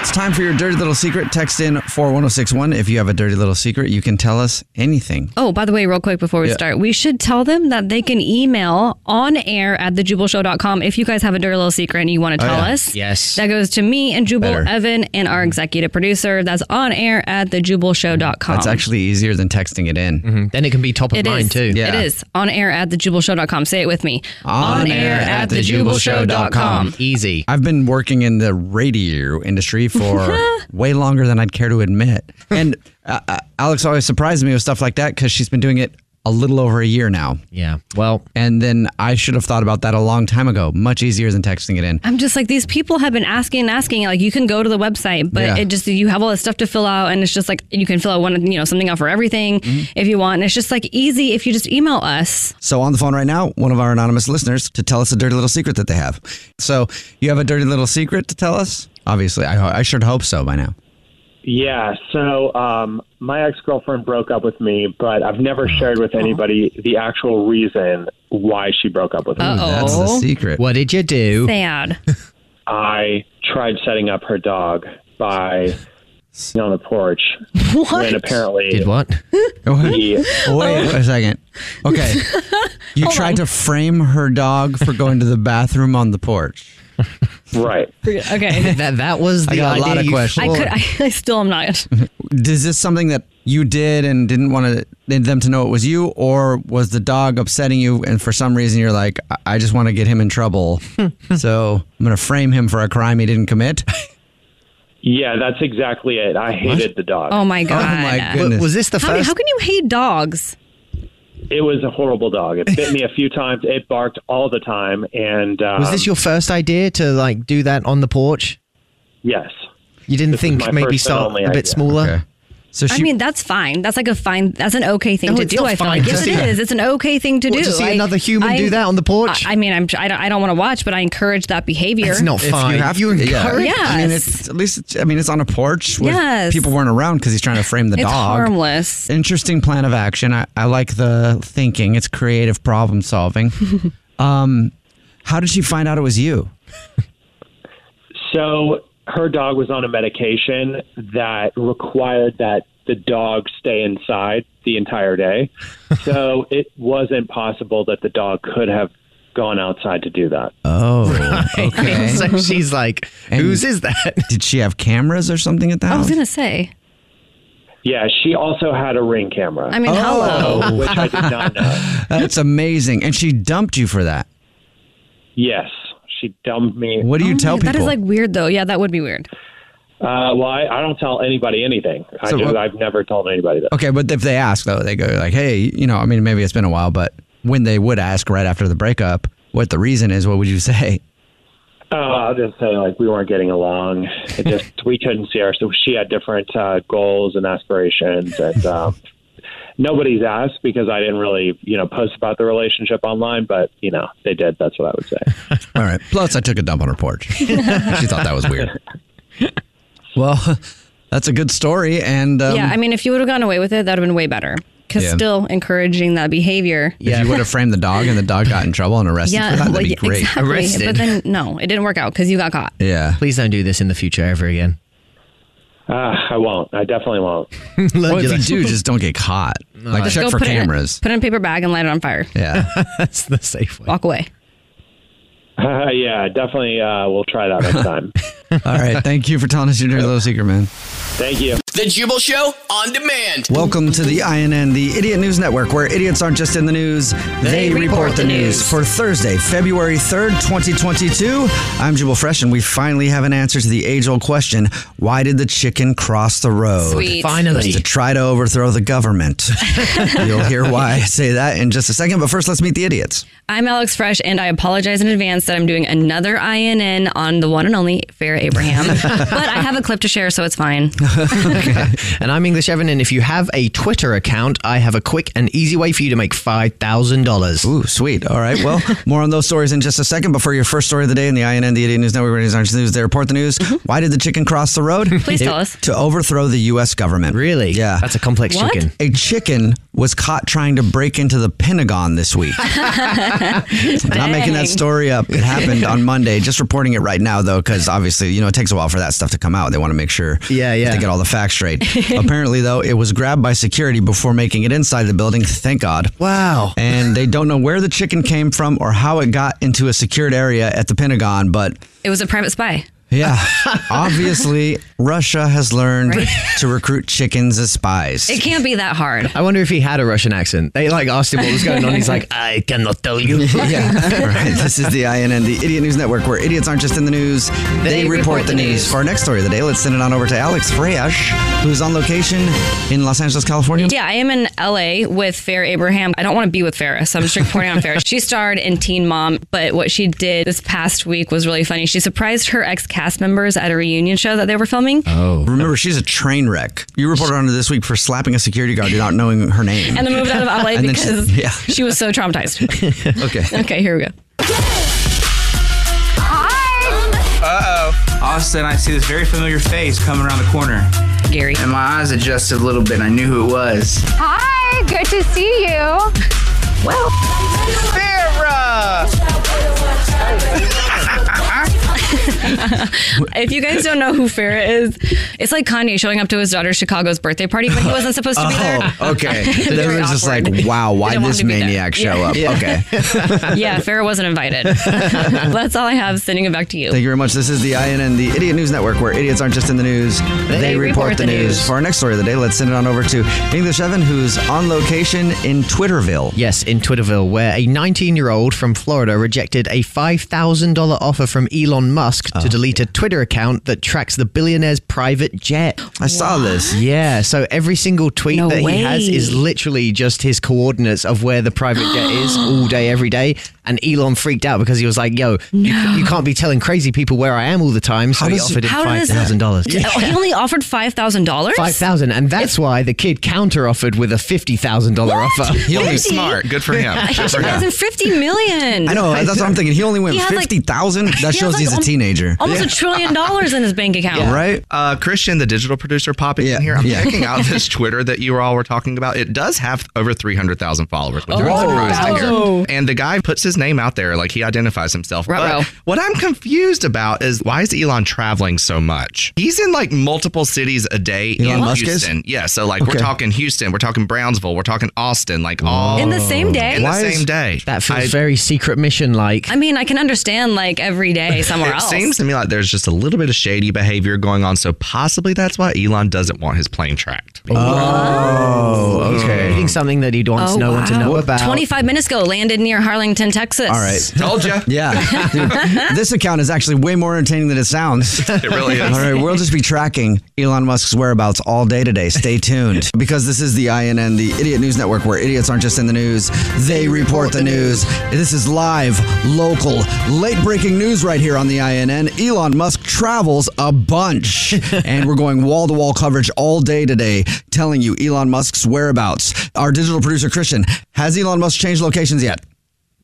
Speaker 3: It's time for your dirty little secret. Text in 41061 if you have a dirty little secret. You can tell us anything.
Speaker 4: Oh, by the way, real quick before we
Speaker 3: Yeah.
Speaker 4: start, we should tell them that they can email on air at thejubalshow.com if you guys have a dirty little secret and you want to
Speaker 5: Oh,
Speaker 4: tell
Speaker 5: yeah.
Speaker 4: us.
Speaker 5: Yes.
Speaker 4: That goes to me and Jubal,
Speaker 3: Better.
Speaker 4: Evan, and our executive producer. That's on air at thejubalshow.com.
Speaker 3: That's actually easier than texting it in. Mm-hmm. Then it can be top
Speaker 4: It is. It is. On air at thejubalshow.com. Say it with me.
Speaker 3: com. Easy. I've been working in the radio industry
Speaker 5: [laughs]
Speaker 3: for way longer than I'd care to admit. And uh, uh, Alex always surprises me with stuff like that because she's been doing it a a little over a year now.
Speaker 5: Yeah. Well,
Speaker 3: and then I should have thought about that a long time ago. Much easier than texting it in.
Speaker 4: I'm just like these people have been asking and asking. Like you can go to the website, but
Speaker 3: Yeah.
Speaker 4: it just you have all this stuff to fill out, and it's just like you can fill out one, you know, something out for everything
Speaker 3: Mm-hmm.
Speaker 4: if you want, and it's just like easy if you just email us.
Speaker 3: So on the phone right now, one of our anonymous listeners to tell us a dirty little secret that they have. So you have a dirty little secret to tell us? Obviously, I, ho- I should hope so by now.
Speaker 12: Yeah. So um, my ex girlfriend broke up with me, but I've never shared with
Speaker 10: Uh-huh.
Speaker 12: anybody the actual reason why she broke up with me. Oh.
Speaker 5: that's the
Speaker 3: secret.
Speaker 5: What did you do?
Speaker 4: Sad.
Speaker 12: I tried setting up her dog by sitting on the porch.
Speaker 4: [laughs] What?
Speaker 12: And apparently
Speaker 5: Did
Speaker 3: [laughs]
Speaker 5: what?
Speaker 12: Wait
Speaker 3: Oh, a second. Okay. You tried to frame her dog for going to the bathroom on the porch.
Speaker 12: Right.
Speaker 3: [laughs]
Speaker 4: Okay.
Speaker 5: that that was
Speaker 3: I
Speaker 5: the
Speaker 3: got a
Speaker 5: idea
Speaker 3: lot of
Speaker 5: you-
Speaker 3: questions.
Speaker 4: I could. [laughs] I, I still am not.
Speaker 3: Is this something that you did and didn't want to them to know it was you, or was the dog upsetting you and for some reason you're like, "I- I just want to get him in trouble, so I'm gonna frame him for a crime he didn't commit? [laughs]
Speaker 12: Yeah, that's exactly it. I hated the dog.
Speaker 4: Oh my god.
Speaker 3: my goodness.
Speaker 5: Was this the
Speaker 4: how,
Speaker 12: first-
Speaker 4: How can you hate dogs?
Speaker 12: It was a horrible dog. It bit me a few times. It barked all the time. And um,
Speaker 5: was this your first idea to like do that on the porch?
Speaker 12: Yes.
Speaker 5: You didn't
Speaker 12: This is
Speaker 5: think
Speaker 12: my
Speaker 5: maybe
Speaker 12: first and
Speaker 5: start a
Speaker 12: only
Speaker 5: bit
Speaker 12: idea.
Speaker 5: smaller?
Speaker 3: So
Speaker 4: I mean, that's fine. That's like a fine. That's an okay thing
Speaker 5: No,
Speaker 4: to
Speaker 5: it's
Speaker 4: do.
Speaker 5: not
Speaker 4: I feel
Speaker 5: fine
Speaker 4: like
Speaker 5: to
Speaker 4: yes, it
Speaker 5: see that.
Speaker 4: is. It's an okay thing to
Speaker 5: What,
Speaker 4: do.
Speaker 5: to see
Speaker 4: I-
Speaker 5: another human
Speaker 4: I-
Speaker 5: do that on the porch?
Speaker 4: I, I mean, I'm. I don't, I don't want to watch, but I encourage that behavior.
Speaker 5: It's not
Speaker 3: If
Speaker 5: fine.
Speaker 3: You, have
Speaker 5: You
Speaker 3: to,
Speaker 5: encourage-
Speaker 3: Yeah. I mean,
Speaker 4: Yes.
Speaker 3: it's at least. It's, I mean, it's on a porch. Where
Speaker 4: Yes.
Speaker 3: People weren't around because he's trying to frame the
Speaker 4: It's
Speaker 3: dog.
Speaker 4: harmless.
Speaker 3: Interesting plan of action. I, I like the thinking. It's creative problem
Speaker 4: [laughs]
Speaker 3: solving. um, how did she find out it was you?
Speaker 12: So her dog was on a medication that required that the dog stay inside the
Speaker 5: [laughs]
Speaker 12: entire day. so it wasn't possible that the dog could have gone outside to do that.
Speaker 4: [laughs]
Speaker 3: Oh, [laughs]
Speaker 5: okay. [laughs] So she's like, "Whose is that?"
Speaker 3: Did she have cameras or something at the
Speaker 4: I was
Speaker 3: house?
Speaker 4: gonna say.
Speaker 12: Yeah, she also had a ring camera.
Speaker 4: I mean,
Speaker 5: Oh.
Speaker 4: hello.
Speaker 12: Which I did not know.
Speaker 3: [laughs] That's amazing. And she dumped you for that.
Speaker 12: Yes, she dumped me.
Speaker 3: What do you tell people?
Speaker 4: Oh That is like weird though. Yeah, that would be weird.
Speaker 12: Uh, well, I, I don't tell anybody anything. I
Speaker 3: So
Speaker 12: just,
Speaker 3: what-
Speaker 12: I've never told anybody that.
Speaker 3: okay, but if they ask though, they go like, "Hey, you know, I mean, maybe it's been a while, but when they would ask right after the breakup what the reason is, what would you say?"
Speaker 12: Oh, I'll just say like we weren't getting along. It
Speaker 3: [laughs]
Speaker 12: just we couldn't see her. So she had different uh, goals and aspirations, and um, nobody's asked because I didn't really you know post about the relationship online. But you know they did. That's what I would
Speaker 3: [laughs]
Speaker 12: say.
Speaker 3: All right. Plus, I took a dump on her porch. she thought that was weird. Well, that's a good story, and um,
Speaker 4: yeah, I mean, if you would have gone away with it, that would have been way better. Because
Speaker 3: Yeah.
Speaker 4: still encouraging that behavior.
Speaker 3: if you would have framed the dog and the dog got in trouble and arrested
Speaker 4: yeah,
Speaker 3: for that,
Speaker 4: well,
Speaker 3: that'd be
Speaker 4: yeah,
Speaker 3: great.
Speaker 4: Exactly. But then no, it didn't work out because you got caught.
Speaker 3: yeah.
Speaker 5: Please don't do this in the future ever
Speaker 3: [laughs]
Speaker 5: again.
Speaker 12: Uh, I won't. I definitely won't. [laughs]
Speaker 3: well, if you do, just don't get caught. like,
Speaker 4: Just
Speaker 3: check
Speaker 4: go
Speaker 3: for
Speaker 4: put it in a-
Speaker 3: cameras.
Speaker 4: put it in a paper bag and light it on fire. [laughs]
Speaker 3: yeah.
Speaker 5: That's the safe way.
Speaker 4: Walk away.
Speaker 12: yeah, definitely. Uh, we'll try that
Speaker 3: [laughs]
Speaker 12: next time.
Speaker 3: All right. Thank you for telling us your dirty little secret, man.
Speaker 12: Thank you.
Speaker 7: The Jubal Show on demand.
Speaker 3: Welcome to the INN, the Idiot News Network, where idiots aren't just in the news, they, report, the news. For Thursday, February 3rd, 2022, I'm Jubal Fresh, and we finally have an answer to the age old question why did the chicken cross the road?
Speaker 5: Sweet. Finally.
Speaker 3: It was To try to overthrow the [laughs] government. [laughs] You'll hear why I say that in just a second, but first, let's meet the idiots.
Speaker 4: I'm Alex Fresh, and I apologize in advance that I'm doing another INN on the one and only
Speaker 3: [laughs]
Speaker 4: Farrah Abraham. but I have a clip to share, so it's fine.
Speaker 5: and I'm English Evan, and if you have a Twitter account, I have a quick and easy way for you to make five thousand dollars.
Speaker 3: Ooh, sweet. All right.
Speaker 5: [laughs]
Speaker 3: Well, more on those stories in just a second. But for your first story of the day in the INN, the Idiot News Network, Radio's Orange News, they report the news. Why did the chicken cross the road?
Speaker 5: Mm-hmm. Please
Speaker 3: [laughs]
Speaker 5: tell
Speaker 3: It-
Speaker 5: us.
Speaker 3: To overthrow the U.S. government. Really? Yeah. That's
Speaker 5: a complex What? chicken.
Speaker 3: A chicken was caught trying to break into the Pentagon this week. I'm not making that story up. It happened on Monday. Just reporting it right now, though, because obviously, you know, it takes a while for that stuff to come out. They want to make sure yeah, yeah. they get all the facts straight. Apparently, though, it was grabbed by security before making it inside the building. Thank God.
Speaker 5: Wow.
Speaker 3: And they don't know where the chicken came from or how it got into a secured area at the Pentagon, but
Speaker 4: It was a private spy.
Speaker 3: Yeah. Obviously, Russia has learned to recruit chickens as spies.
Speaker 4: It can't be that hard.
Speaker 5: I wonder if he had a Russian accent. They like asked him what was going on. He's like, I cannot tell you. [laughs]
Speaker 4: [laughs]
Speaker 3: yeah. Right. This is the INN, the Idiot News Network, where idiots aren't just in the news, they, report, the news. For our next story of the day, let's send it on over to Alex Freyash, who's on location in Los Angeles, California.
Speaker 4: Yeah, I am in LA with Fair Abraham. I don't want to be with Farrah, so I'm just reporting on
Speaker 3: [laughs]
Speaker 4: Farrah. She starred in Teen Mom, but what she did this past week was really funny. She surprised her ex cast members at a reunion show that they were filming.
Speaker 3: Oh. Remember, she's a train wreck. You reported on her this week for slapping a security guard without knowing her name.
Speaker 4: And then moved out of LA
Speaker 3: [laughs] And then she-
Speaker 4: because
Speaker 3: yeah.
Speaker 4: she was so traumatized.
Speaker 3: [laughs] Okay.
Speaker 4: okay, here we go.
Speaker 13: Uh oh. All of a sudden, I see this very familiar face coming around the corner.
Speaker 4: Gary.
Speaker 13: And my eyes adjusted a little bit, and I knew who it was.
Speaker 14: Hi, good to see you. Well,
Speaker 4: if you guys don't know who Farrah is, it's like Kanye showing up to his daughter Chicago's birthday party when he wasn't supposed to be there.
Speaker 3: Oh,
Speaker 4: [laughs]
Speaker 3: okay.
Speaker 4: It's
Speaker 3: then
Speaker 4: very
Speaker 3: everyone's just like,
Speaker 4: awkward.
Speaker 3: wow,
Speaker 4: They
Speaker 3: why
Speaker 4: don't want
Speaker 3: this
Speaker 4: to be there.
Speaker 3: maniac show
Speaker 4: Yeah.
Speaker 3: up?
Speaker 4: Yeah.
Speaker 3: Okay.
Speaker 4: [laughs] yeah, Farrah
Speaker 3: [laughs]
Speaker 4: wasn't invited. That's all I have. Sending it back to you.
Speaker 3: Thank you very much. This is the INN, the Idiot News Network, where idiots aren't just in the news, they, report, the, news. For our next story of the day, let's send it on over to English Evan, who's on location in Twitterville.
Speaker 5: Yes, in Twitterville, where a 19 year old from Florida rejected a $5,000 offer from Elon Musk
Speaker 3: Oh.
Speaker 5: to delete a Twitter account that tracks the billionaire's private jet.
Speaker 3: I saw this.
Speaker 5: Yeah, so every single tweet
Speaker 3: No
Speaker 5: that he has
Speaker 3: way.
Speaker 5: is literally just his coordinates of where the private jet is all day, every day. And Elon freaked out because he was like, yo, you, you can't be telling crazy people where I am all the time. So
Speaker 4: How
Speaker 5: he
Speaker 4: does-
Speaker 5: offered him
Speaker 4: how does- [laughs]
Speaker 5: $5,000.
Speaker 4: Oh, He only offered five thousand dollars.
Speaker 5: Five thousand, and that's why the kid counter offered with a fifty thousand dollar offer.
Speaker 4: He only Fifty? smart.
Speaker 5: Good
Speaker 4: He
Speaker 15: [laughs]
Speaker 4: has in fifty million.
Speaker 3: I know, that's what I'm thinking. He only went
Speaker 4: He has, like-
Speaker 3: 50,000? That
Speaker 4: he
Speaker 3: shows
Speaker 4: has,
Speaker 3: he's a
Speaker 4: like, al-
Speaker 3: teenager.
Speaker 4: Almost a trillion dollars in his bank account.
Speaker 3: Right?
Speaker 16: Uh, Christian, the digital producer, popping in here. I'm
Speaker 3: yeah.
Speaker 16: checking out
Speaker 3: [laughs]
Speaker 16: this Twitter that you all were talking about. It does have over 300,000 followers,
Speaker 4: Oh,
Speaker 16: which I'm surprised to hear.
Speaker 17: Wow.
Speaker 16: And the guy puts his name out there, like he identifies himself. But what I'm confused about is why is Elon traveling so much? He's in like multiple cities a day
Speaker 3: Elon
Speaker 16: in
Speaker 3: Musk is?
Speaker 16: Houston. Yeah, so like we're talking Houston, we're talking Brownsville, we're talking Austin, like all
Speaker 4: In the
Speaker 3: Oh.
Speaker 4: same day?
Speaker 16: In the
Speaker 4: Why is-
Speaker 16: same day.
Speaker 5: That feels very secret mission like.
Speaker 4: I mean, I can understand like every
Speaker 16: [laughs]
Speaker 3: [laughs]
Speaker 4: day somewhere
Speaker 16: it
Speaker 4: else.
Speaker 16: seems to me like there's just a little bit of shady behavior going on, so possibly that's why Elon doesn't want his plane tracked.
Speaker 5: Oh, he's creating something that he wants
Speaker 4: Oh,
Speaker 5: no one to know
Speaker 4: wow.
Speaker 5: about.
Speaker 4: 25 minutes ago, landed near Harlington, Texas.
Speaker 3: All right.
Speaker 16: Told you.
Speaker 3: [laughs] yeah. Dude, this account is actually way more entertaining than
Speaker 16: [laughs]
Speaker 3: it sounds. It
Speaker 16: really is.
Speaker 3: All right, we'll just be tracking Elon Musk's whereabouts all day today.
Speaker 16: [laughs]
Speaker 3: Stay tuned. Because this is the INN, the Idiot News Network, where idiots aren't just in the news, they report the news. This is live, local, late breaking news right here on the INN. Elon Musk travels a
Speaker 16: [laughs]
Speaker 3: bunch. and we're going wall to wall coverage all day today, telling you Elon Musk's whereabouts. Our digital producer, Christian, has Elon Musk changed locations yet?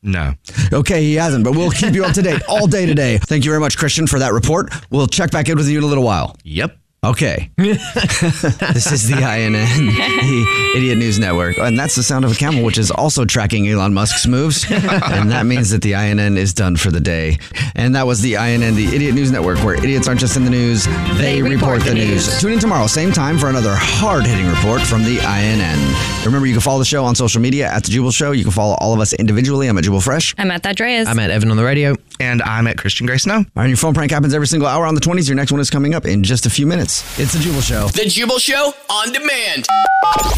Speaker 16: No.
Speaker 3: Okay, he hasn't, but we'll keep you up to date all day today. Thank you very much, Christian, for that report. We'll check back in with you in a little while.
Speaker 16: Yep.
Speaker 3: Okay. [laughs] this is the INN, the Idiot News Network. And that's the sound of a camel, which is also tracking Elon Musk's moves. [laughs] And that means that the INN is done for the day. And that was the INN, the Idiot News Network, where idiots aren't just in the news, they, report, the news. Tune in tomorrow, same time, for another hard hitting report from the INN. Remember, you can follow the show on social media at The Jubal Show. You can follow all of us individually. I'm at Jubal Fresh.
Speaker 4: I'm at that Dreas.
Speaker 3: Evan on the radio.
Speaker 16: And I'm at Christian Gray Snow.
Speaker 3: And your phone prank happens every single hour on the 20s. Your next one is coming up in just a few minutes. It's The Jubal Show.
Speaker 7: The Jubal Show on demand.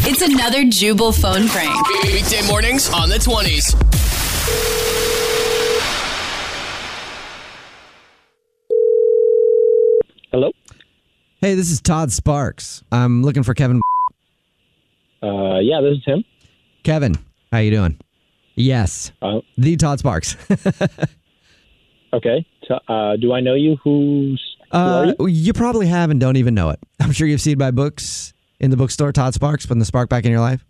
Speaker 7: It's another Jubal phone prank. Weekday mornings on the 20s.
Speaker 3: Hello. Hey, this is Todd Sparks. I'm looking for Kevin.
Speaker 18: Uh, yeah, this is him.
Speaker 3: Kevin, how you doing? Yes,
Speaker 18: Uh,
Speaker 3: the Todd Sparks. [laughs]
Speaker 18: okay. T- uh, do I know you? Who's
Speaker 3: uh, you probably have and don't even know it. [laughs] I'm sure you've seen my books in the bookstore, Todd Sparks, putting the spark back in your life.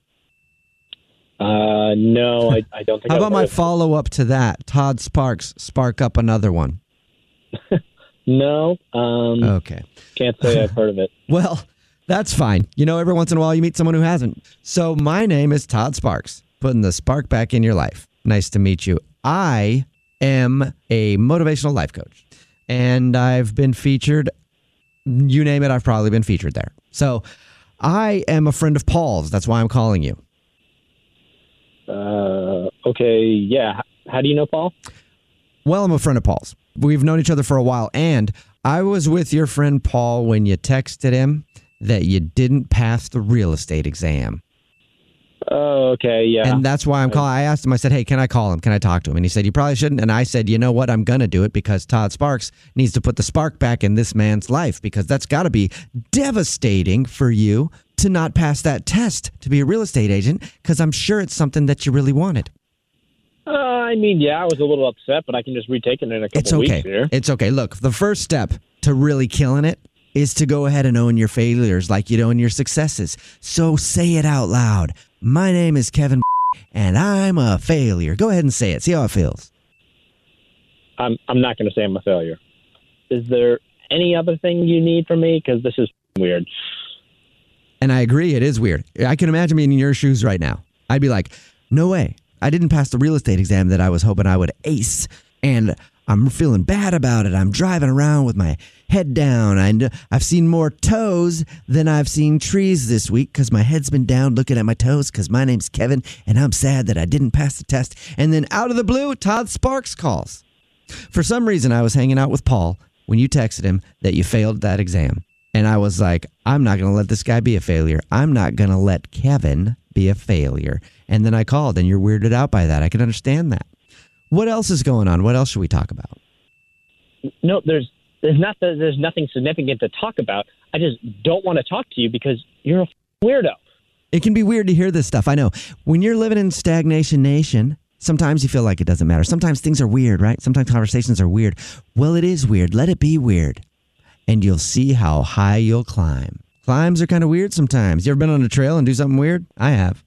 Speaker 18: Uh, no, I, I don't think.
Speaker 3: How
Speaker 18: I've
Speaker 3: about my
Speaker 18: heard of-
Speaker 3: follow up to that, Todd Sparks, spark up another one?
Speaker 18: No. Um,
Speaker 3: okay.
Speaker 18: Can't say I've heard of
Speaker 3: [laughs]
Speaker 18: it.
Speaker 3: Well, that's fine. You know, every once in a while you meet someone who hasn't. So, my name is Todd Sparks, putting the spark back in your life. Nice to meet you. I am a motivational life coach, and I've been featured, you name it, I've probably been featured there. So, I am a friend of Paul's. That's why I'm calling you.
Speaker 18: Uh, okay. Yeah. H- How do you know Paul?
Speaker 3: Uh, Well, I'm a friend of Paul's. We've known each other for a while, and I was with your friend Paul when you texted him that you didn't pass the real estate exam.
Speaker 18: Oh, okay, yeah.
Speaker 3: And that's why I'm calling. I asked him, I said, hey, can I call him? Can I talk to him? And he said, you probably shouldn't. And I said, you know what? I'm going to do it because Todd Sparks needs to put the spark back in this man's life because that's got to be devastating for you to not pass that test to be a real estate agent because I'm sure it's something that you really wanted.
Speaker 18: Uh, I mean, yeah, I was a little upset, but I can just retake it in a couple
Speaker 3: It's okay.
Speaker 18: weeks here.
Speaker 3: It's okay. Look, the first step to really killing it is to go ahead and own your failures like you own your successes. So say it out loud. My name is Kevin and I'm a failure. Go ahead and say it. See how it feels.
Speaker 18: I'm I'm not going to say I'm a failure. Is there any other thing you need from me? Because this is weird.
Speaker 3: And I agree, it is weird. I can imagine being in your shoes right now. I'd be like, no way. I didn't pass the real estate exam that I was hoping I would ace. And I'm feeling bad about it. I'm driving around with my head down. I, I've seen more toes than I've seen trees this week because my head's been down looking at my toes because my name's Kevin and I'm sad that I didn't pass the test. And then out of the blue, Todd Sparks calls. For some reason, I was hanging out with Paul when you texted him that you failed that exam. And I was like, I'm not going to let this guy be a failure. I'm not going to let Kevin be a failure. And then I called, and you're weirded out by that. I can understand that. What else is going on? What else should we talk about?
Speaker 18: No, there's there's not there's nothing significant to talk about. I just don't want to talk to you because you're a weirdo.
Speaker 3: It can be weird to hear this stuff. I know. When you're living in stagnation nation, sometimes you feel like it doesn't matter. Sometimes things are weird, right? Sometimes conversations are weird. Well, it is weird. Let it be weird. And you'll see how high you'll climb. Climbs are kind of weird sometimes. You ever been on a trail and do something weird? I have.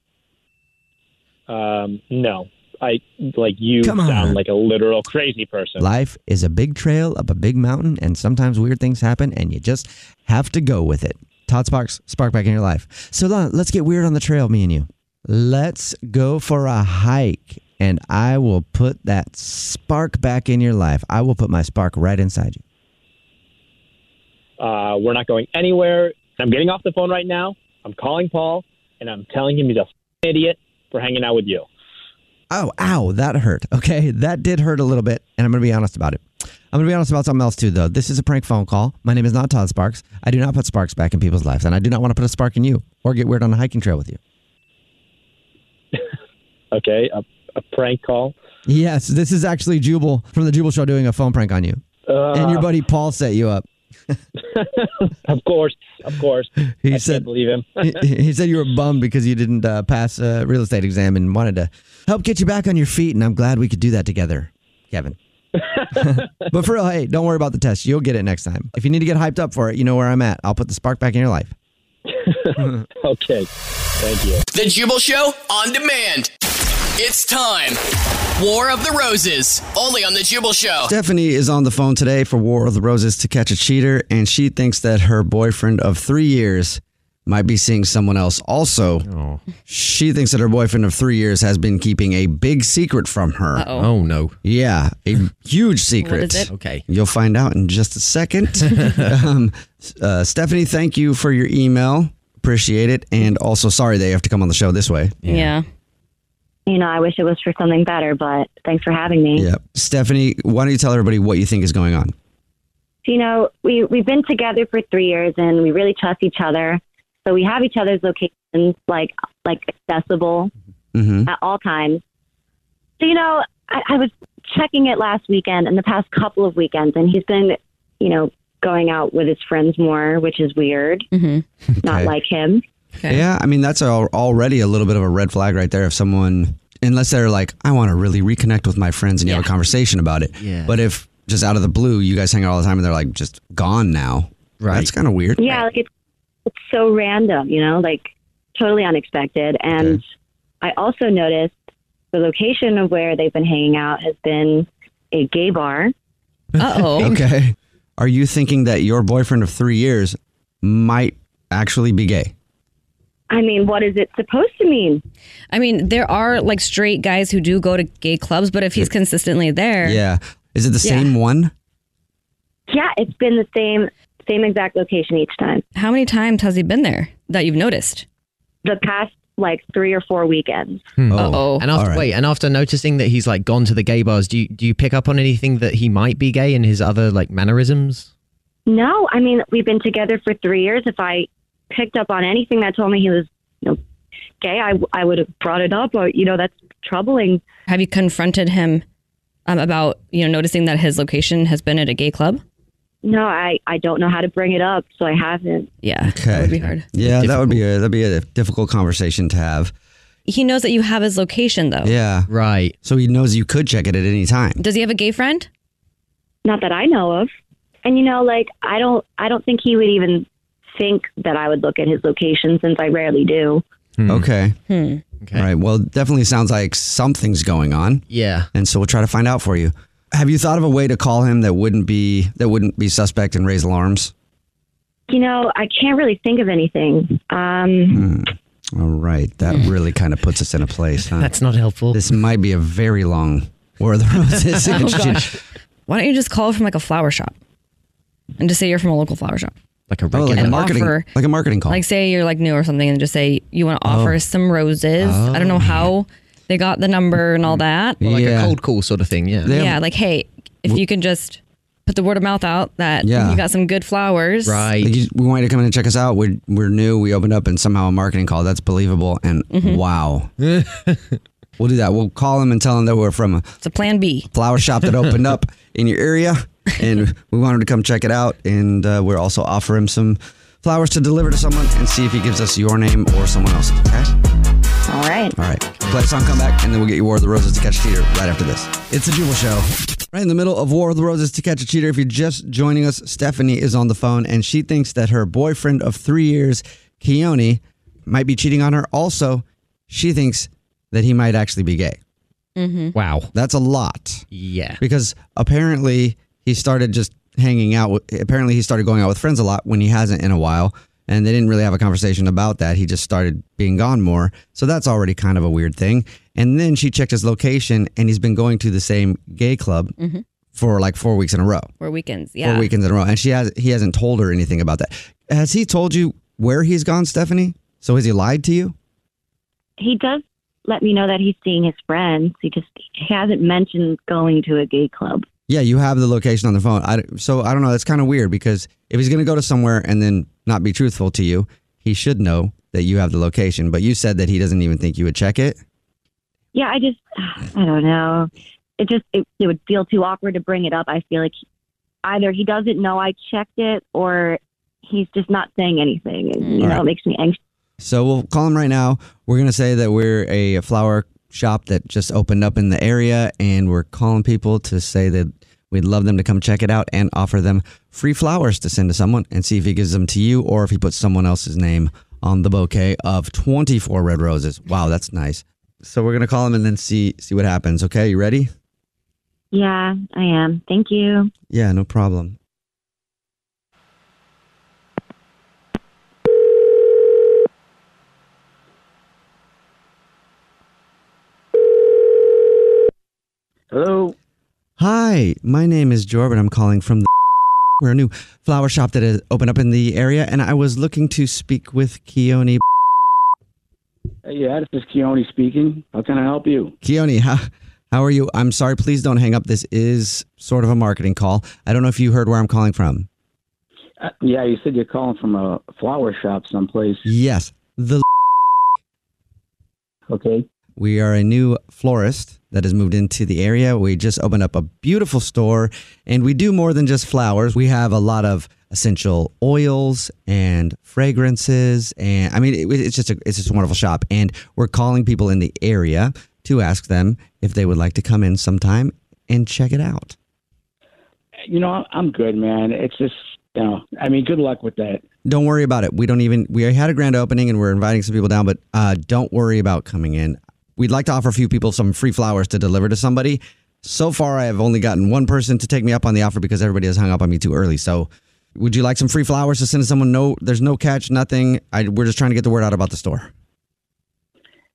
Speaker 18: Um, no, I like you
Speaker 3: Come on.
Speaker 18: sound like a literal crazy person.
Speaker 3: Life is a big trail up a big mountain, and sometimes weird things happen, and you just have to go with it. Todd Sparks, spark back in your life. So Lon, let's get weird on the trail, me and you. Let's go for a hike, and I will put that spark back in your life. I will put my spark right inside you.
Speaker 18: Uh, we're not going anywhere. I'm getting off the phone right now. I'm calling Paul and I'm telling him he's a f***ing idiot for hanging out with you.
Speaker 3: Oh, ow, that hurt. Okay, that did hurt a little bit, and I'm going to be honest about it. I'm going to be honest about something else too, though. This is a prank phone call. My name is not Todd Sparks. I do not put sparks back in people's lives, and I do not want to put a spark in you or get weird on a hiking trail with you.
Speaker 18: Okay, a, a prank call. [laughs]
Speaker 3: Yes, this is actually Jubal from the Jubal Show doing a phone prank on you.
Speaker 18: Uh,
Speaker 3: and your buddy Paul set you up.
Speaker 18: Of course, of course.
Speaker 3: He
Speaker 18: I can't
Speaker 3: said-
Speaker 18: believe him.
Speaker 3: [laughs] he, he said you were bummed because you didn't uh, pass a real estate exam and wanted to help get you back on your feet. And I'm glad we could do that together, Kevin. [laughs] but for real, hey, don't worry about the test. You'll get it next time. If you need to get hyped up for it, you know where I'm at. I'll put the spark back in your life.
Speaker 18: [laughs] okay, thank you.
Speaker 7: The Jubal Show on demand. It's time. War of the Roses, only on The Jubal
Speaker 4: Oh.
Speaker 7: Show.
Speaker 3: Stephanie is on the phone today for War of the Roses to catch a cheater, and she thinks that her boyfriend of three years might be seeing someone else. Also,
Speaker 4: Oh.
Speaker 3: she thinks that her boyfriend of three years has been keeping a big secret from her.
Speaker 4: Uh-oh. Oh,
Speaker 3: no. Yeah, a huge secret.
Speaker 4: What is it? Okay.
Speaker 3: You'll find out in just a
Speaker 4: [laughs]
Speaker 3: second. um, uh, Stephanie, thank you for your email. Appreciate it. And also, sorry that you have to come on the show this way.
Speaker 4: Yeah.
Speaker 17: You know, I wish it was for something better, but thanks for having me.
Speaker 3: Yep. Stephanie, why don't you tell everybody what you think is going on?
Speaker 17: So, you know, we, we've been together for three years and we really trust each other. So we have each other's locations like like accessible
Speaker 3: Mm-hmm.
Speaker 17: at all times. So, you know, I, I was checking it last weekend and the past couple of weekends, and he's been, you know, going out with his friends more, which is weird. Mm-hmm. Not
Speaker 3: Okay.
Speaker 17: like him.
Speaker 3: Yeah, I mean that's al already a little bit of a red flag right there. If someone, unless they're like, I want to really reconnect with my friends and you have a conversation about it.
Speaker 17: Yeah.
Speaker 3: But if just out of the blue, you guys hang out all the time and they're like just gone now. Right. That's kind of weird.
Speaker 17: Yeah, like it's it's so random, you know, like totally unexpected. And I also noticed the location of where they've been hanging out has been a gay bar.
Speaker 3: [laughs] okay. Are you thinking that your boyfriend of three years might actually be gay?
Speaker 17: I mean, what is it supposed to mean?
Speaker 4: I mean, there are like straight guys who do go to gay clubs, but if he's consistently there,
Speaker 3: Yeah. Is it the
Speaker 4: Yeah.
Speaker 3: same one?
Speaker 17: Yeah, it's been the same same exact location each time.
Speaker 4: How many times has he been there that you've noticed?
Speaker 17: The past like three or four weekends.
Speaker 4: Uh-oh.
Speaker 5: And after wait, and after noticing that he's like gone to the gay bars, do you do you pick up on anything that he might be gay in his other like mannerisms?
Speaker 17: No, I mean we've been together for three years. If I picked up on anything that told me he was you know, gay, I, I would have brought it up. Or, you know, that's troubling.
Speaker 4: Have you confronted him um, about you know noticing that his location has been at a gay club?
Speaker 17: No, I, I don't know how to bring it up, so I haven't.
Speaker 4: Yeah, that would be hard.
Speaker 3: Yeah, that would be a, that'd be a difficult conversation to have.
Speaker 4: He knows that you have his location though.
Speaker 3: Yeah, [laughs] right. So he knows you could check it at any time.
Speaker 4: Does he have a gay friend?
Speaker 17: Not that I know of. And you know, like I don't I don't think he would even think that I would look at his location since I rarely do.
Speaker 3: Okay.
Speaker 4: Hmm.
Speaker 3: okay. All right. Well, it definitely sounds like something's going on.
Speaker 5: Yeah.
Speaker 3: And so we'll try to find out for you. Have you thought of a way to call him that wouldn't be that wouldn't be suspect and raise alarms?
Speaker 17: You know, I can't really think of anything. Um,
Speaker 3: Hmm. All right. That really kind of puts us in a place. Huh?
Speaker 5: That's not helpful.
Speaker 3: This might be a very long War of the Roses.
Speaker 4: [laughs] Oh, gosh. Why don't you just call from like a flower shop and just say you're from a local flower shop?
Speaker 3: Like a like a
Speaker 4: and
Speaker 3: marketing
Speaker 4: offer-
Speaker 3: like a marketing call.
Speaker 4: Like say you're like new or something and just say you want to offer
Speaker 3: Oh.
Speaker 4: some roses. I don't know how they got the number
Speaker 3: Mm.
Speaker 4: and all that.
Speaker 5: Or like a cold call sort of thing. Yeah.
Speaker 4: yeah, like hey, if you can just put the word of mouth out that
Speaker 3: Yeah.
Speaker 4: you got some good flowers.
Speaker 3: Like you- we want you to come in and check us out. We're, we're new. We opened up and somehow a marketing call. That's believable. And
Speaker 4: Mhm.
Speaker 3: wow. we'll do that. We'll call them and tell them that we're from a
Speaker 4: It's a plan B.
Speaker 3: flower shop that opened up in your area. And we want him to come check it out. And uh, we're also offering some flowers to deliver to someone and see if he gives us your name or someone else's. Okay?
Speaker 17: All right.
Speaker 3: All right. Play a song, come back, and then we'll get you War of the Roses to catch a cheater right after this. It's the Jubal Show. Right in the middle of War of the Roses to catch a cheater. If you're just joining us, Stephanie is on the phone and she thinks that her boyfriend of three years, Keone, might be cheating on her. Also, she thinks that he might actually be gay.
Speaker 4: Mm-hmm.
Speaker 3: Wow. That's a lot.
Speaker 5: Yeah.
Speaker 3: Because apparently he started just hanging out. With, apparently he started going out with friends a lot when he hasn't in a while. And they didn't really have a conversation about that. He just started being gone more. So that's already kind of a weird thing. And then she checked his location and he's been going to the same gay club
Speaker 4: Mhm.
Speaker 3: for like four weeks in a row.
Speaker 4: Or weekends. Yeah.
Speaker 3: Four weekends in a row. And she has he hasn't told her anything about that. Has he told you where he's gone, Stephanie? So has he lied to you?
Speaker 17: he does let me know that he's seeing his friends. He just he hasn't mentioned going to a gay club.
Speaker 3: Yeah, you have the location on the phone. I, so I don't know. That's kind of weird because if he's going to go to somewhere and then not be truthful to you, he should know that you have the location. But you said that he doesn't even think you would check it.
Speaker 17: Yeah, I just [sighs] I don't know. It just it, it would feel too awkward to bring it up. I feel like either he doesn't know I checked it or he's just not saying anything and you know,
Speaker 3: All right.
Speaker 17: it makes me anxious.
Speaker 3: So we'll call him right now. We're going to say that we're a flower shop that just opened up in the area and we're calling people to say that we'd love them to come check it out and offer them free flowers to send to someone and see if he gives them to you or if he puts someone else's name on the bouquet of 24 red roses. Wow, that's nice. So we're going to call him and then see see what happens, okay? You ready?
Speaker 17: Yeah, I am. Thank you.
Speaker 3: Yeah, no problem.
Speaker 11: Hello.
Speaker 3: Hi, my name is Jordan. I'm calling from the [laughs] we're a new flower shop that has opened up in the area, and I was looking to speak with Keone.
Speaker 11: Yeah, this is Keone speaking. How can I help you?
Speaker 3: Keone, how, how are you? I'm sorry, please don't hang up. This is sort of a marketing call. I don't know if you heard where I'm calling from.
Speaker 11: Uh, yeah, you said you're calling from a flower shop someplace.
Speaker 3: Yes, the
Speaker 11: Okay.
Speaker 3: We are a new florist that has moved into the area. We just opened up a beautiful store and we do more than just flowers. We have a lot of essential oils and fragrances and I mean it, it's just a it's just a wonderful shop and we're calling people in the area to ask them if they would like to come in sometime and check it out.
Speaker 11: You know, I- I'm good, man. It's just, you know, I mean, good luck with that.
Speaker 3: Don't worry about it. We don't even we had a grand opening and we're inviting some people down, but uh, don't worry about coming in. We'd like to offer a few people some free flowers to deliver to somebody. So far, I have only gotten one person to take me up on the offer because everybody has hung up on me too early. So, would you like some free flowers to send to someone? No, there's no catch, nothing. I, we're just trying to get the word out about the store.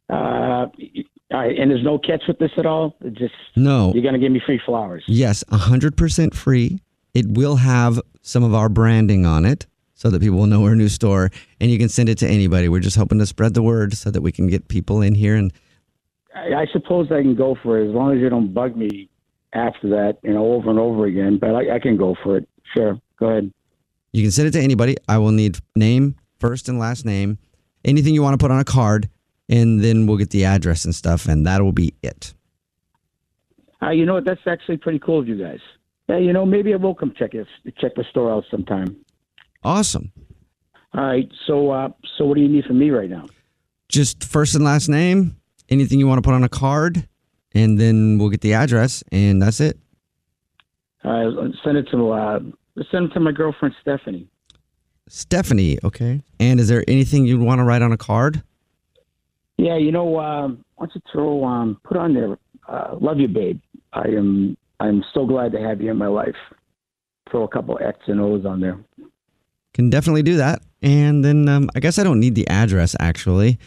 Speaker 11: Uh, y- all right, and there's no catch with this at all. It Just
Speaker 3: No.
Speaker 11: you're gonna give me free flowers.
Speaker 3: Yes, 100% free. It will have some of our branding on it so that people will know our new store and you can send it to anybody. We're just hoping to spread the word so that we can get people in here and
Speaker 11: I, I suppose I can go for it as long as you don't bug me after that, you know, over and over again. But I, I can go for it. Sure, go ahead.
Speaker 3: You can send it to anybody. I will need name, first and last name, anything you want to put on a card, and then we'll get the address and stuff, and that will be it.
Speaker 11: Uh, you know what? That's actually pretty cool of you guys. Yeah, you know, maybe I will come check it, check the store out sometime.
Speaker 3: Awesome.
Speaker 11: All right. So, uh, so what do you need from me right now?
Speaker 3: Just first and last name, anything you want to put on a card, and then we'll get the address, and that's it.
Speaker 11: Uh, send it to uh, send it to my girlfriend Stephanie.
Speaker 3: Stephanie, okay. And is there anything you'd want to write on a card?
Speaker 11: Yeah, you know, um, why don't you throw um, put on there? Uh, love you, babe. I am I'm so glad to have you in my life. Throw a couple X and O's on there.
Speaker 3: Can definitely do that. And then um, I guess I don't need the address actually,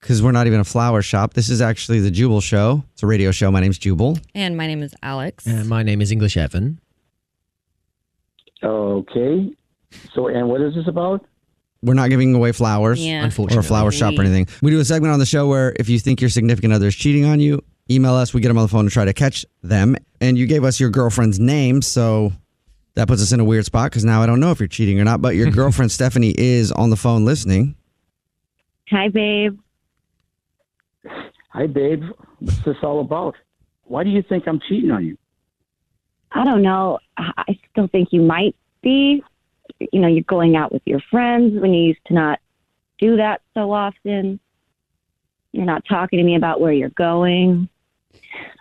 Speaker 3: because we're not even a flower shop. This is actually the Jubal Show. It's a radio show. My name's Jubal.
Speaker 4: And my name is Alex.
Speaker 5: And my name is English Evan.
Speaker 11: Okay. So, and what is this about?
Speaker 3: We're not giving away flowers,
Speaker 4: Yeah.
Speaker 3: or a flower shop or
Speaker 4: Unfortunately.
Speaker 3: anything. We do a segment on the show where if you think your significant other is cheating on you, email us. We get them on the phone to try to catch them. And you gave us your girlfriend's name, so that puts us in a weird spot because now I don't know if you're cheating or not. But
Speaker 4: [laughs]
Speaker 3: your girlfriend Stephanie is on the phone listening.
Speaker 17: Hi, babe.
Speaker 11: Hi, babe. What's this all about? Why do you think I'm cheating on you?
Speaker 17: I don't know. I I still think you might be. You know, you're going out with your friends when you used to not do that so often. You're not talking to me about where you're going.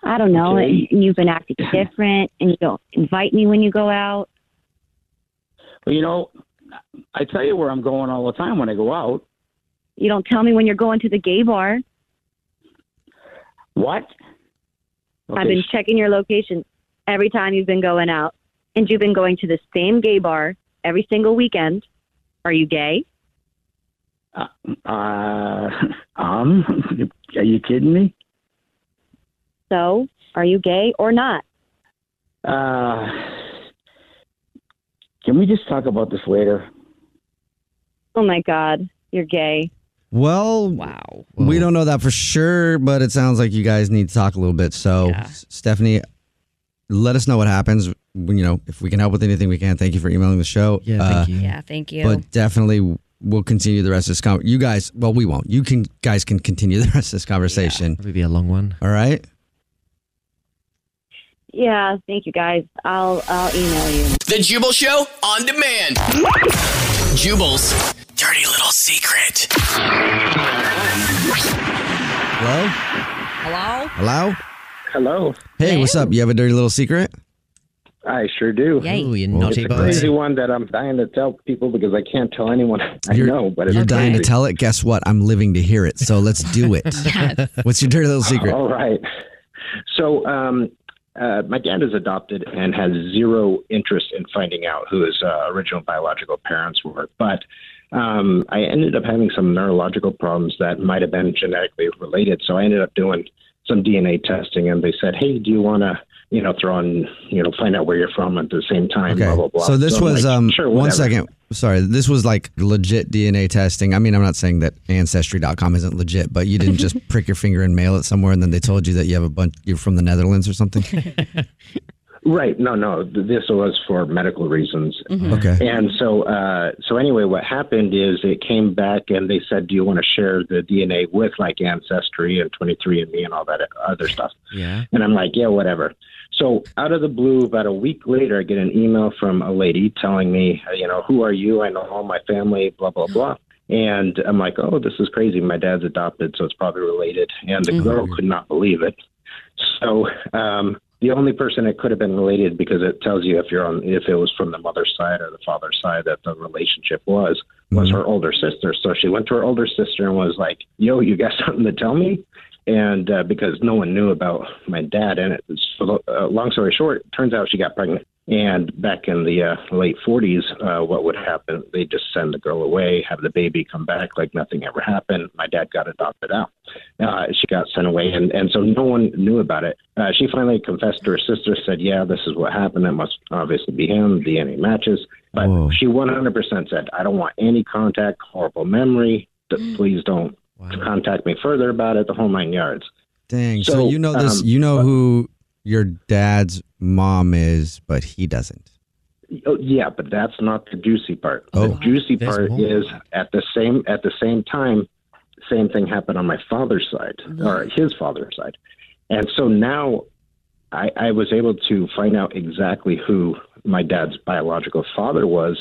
Speaker 17: I don't know.
Speaker 11: Okay.
Speaker 17: And you've been acting different, and you don't invite me when you go out.
Speaker 11: Well, you know, I tell you where I'm going all the time when I go out.
Speaker 17: You don't tell me when you're going to the gay bar.
Speaker 11: What?
Speaker 17: I've been checking your location every time you've been going out, and you've been going to the same gay bar every single weekend. Are you gay?
Speaker 11: Uh, [laughs] um, [laughs] are you kidding me?
Speaker 17: So, are you gay or not?
Speaker 11: Uh, can we just talk about this later?
Speaker 17: Oh my God, you're gay.
Speaker 3: Well,
Speaker 4: wow.
Speaker 3: We don't know that for sure, but it sounds like you guys need to talk a little bit. So, S- Stephanie, let us know what happens. When, you know, if we can help with anything, we can. Thank you for emailing the show. Uh, Yeah,
Speaker 4: thank you. Yeah, thank you.
Speaker 3: But definitely, we'll continue the rest of this con. You guys, well, we won't. You can guys can continue the [laughs] rest of this conversation. Probably be a long one. All right.
Speaker 17: Yeah, thank you guys. I'll I'll email you.
Speaker 7: The Jubal Show on demand. Jubal's dirty little secret.
Speaker 3: Hello.
Speaker 19: Hello?
Speaker 3: Hello.
Speaker 11: Hello.
Speaker 3: Hey, what's up? You have a dirty little secret?
Speaker 20: I sure do.
Speaker 3: Yay. Ooh, you naughty
Speaker 20: it's a
Speaker 3: boy.
Speaker 20: crazy one that I'm dying to tell people because I can't tell anyone. [laughs] I
Speaker 3: You're-
Speaker 20: know, but it's
Speaker 3: You're dying to
Speaker 20: crazy.
Speaker 3: tell it. Guess what? I'm living to hear it. So let's do
Speaker 4: [laughs]
Speaker 3: it. What's your dirty little secret?
Speaker 20: All right. So, um, uh, my dad is adopted and has zero interest in finding out who his uh, original biological parents were. But um, I ended up having some neurological problems that might have been genetically related. So I ended up doing some DNA testing, and they said, "Hey, do you want to, you know, throw in, you know, find out where you're from at the same time?"
Speaker 3: Okay.
Speaker 20: Blah blah blah.
Speaker 3: So this
Speaker 20: I'm
Speaker 3: was
Speaker 20: like,
Speaker 3: um
Speaker 20: sure,
Speaker 3: one
Speaker 20: whatever."
Speaker 3: second. Sorry, this was like legit DNA testing. I mean, I'm not saying that ancestry.com isn't legit, but you
Speaker 20: [laughs]
Speaker 3: didn't just prick your finger and mail it somewhere and then they told you that you have a bunch you're from the Netherlands
Speaker 20: [laughs]
Speaker 3: or something.
Speaker 20: Right. No, no. th- This was for medical reasons.
Speaker 3: Mhm. Okay.
Speaker 20: And so, uh, so anyway, what happened is it came back and they said, "Do you want to share the DNA with like Ancestry and 23andMe and all that other stuff?"
Speaker 5: Yeah.
Speaker 20: And I'm like, yeah, whatever. So out of the blue, about a week later, I get an email from a lady telling me, you know, who are you? I know all my family, blah, blah, blah. And I'm like, oh, this is crazy. My dad's adopted, so it's probably related. And the girl could not believe it. So um, the only person it could have been related, because it tells you if you're on, if it was from the mother's side or the father's side that the relationship was, was her older sister. So she went to her older sister and was like, yo, you got [laughs] something to tell me? and uh, because no one knew about my dad, and it was, uh, long story short, turns out she got pregnant. And back in the uh, late 40s, uh, what would happen? They just send the girl away, have the baby come back like nothing ever happened. My dad got adopted out. Uh, she got sent away, and, and so no one knew about it. Uh, she finally confessed to her sister, said, "Yeah, this is what happened. That must obviously be him. DNA matches." But she 100% said, "I don't want any contact, horrible memory. Th- Please don't contact me further about it, the whole nine yards.
Speaker 3: Dang. So,
Speaker 20: So,
Speaker 3: you know this
Speaker 20: um,
Speaker 3: you know who your dad's mom is, but he doesn't.
Speaker 20: Oh, yeah, but that's not the juicy part.
Speaker 3: Oh,
Speaker 20: the juicy
Speaker 3: there's
Speaker 20: part
Speaker 3: more.
Speaker 20: is at the same at the same time, same thing happened on my father's side or his father's side, and so now I, I was able to find out exactly who my dad's biological father was,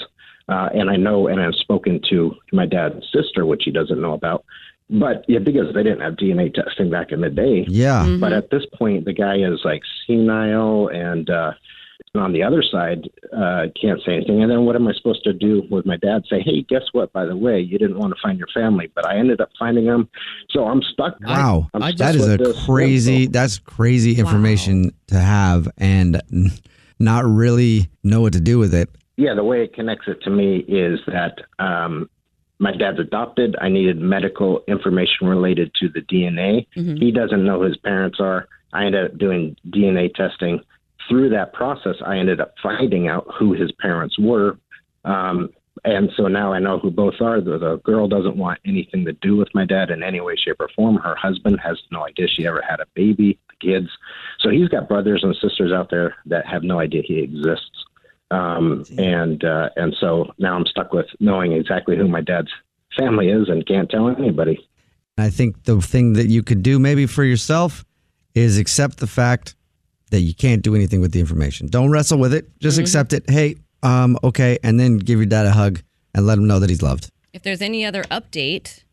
Speaker 20: uh, and I know and I've spoken to my dad's sister, which he doesn't know about. But yeah, because they didn't have DNA testing back in the day.
Speaker 10: Yeah. Mhm.
Speaker 20: But at this point, the guy is like senile and uh, and on the other side, uh, can't say anything. And then what am I supposed to do with my dad? Say, hey, guess what? By the way, you didn't want to find your family, but I ended up finding them. So I'm stuck.
Speaker 3: Wow,
Speaker 20: I'm stuck
Speaker 3: that is
Speaker 20: with
Speaker 3: a
Speaker 20: this.
Speaker 3: crazy. That's crazy information to have and [laughs] n- not really know what to do with it.
Speaker 20: Yeah, the way it connects it to me is that um, my dad's adopted. I needed medical information related to the DNA.
Speaker 21: Mhm.
Speaker 20: He doesn't know who his parents are. I ended up doing DNA testing. Through that process, I ended up finding out who his parents were. Um, and so now I know who both are. The, the girl doesn't want anything to do with my dad in any way, shape, or form. Her husband has no idea she ever had a baby, kids. So he's got brothers and sisters out there that have no idea he exists um, and uh, and so now I'm stuck with knowing exactly who my dad's family is and can't tell anybody.
Speaker 3: And I think the thing that you could do maybe for yourself is accept the fact that you can't do anything with the information. Don't wrestle with it. Just
Speaker 4: Mhm.
Speaker 3: accept it. Hey, um, okay, and then give your dad a hug and let him know that he's loved.
Speaker 4: If there's any other update,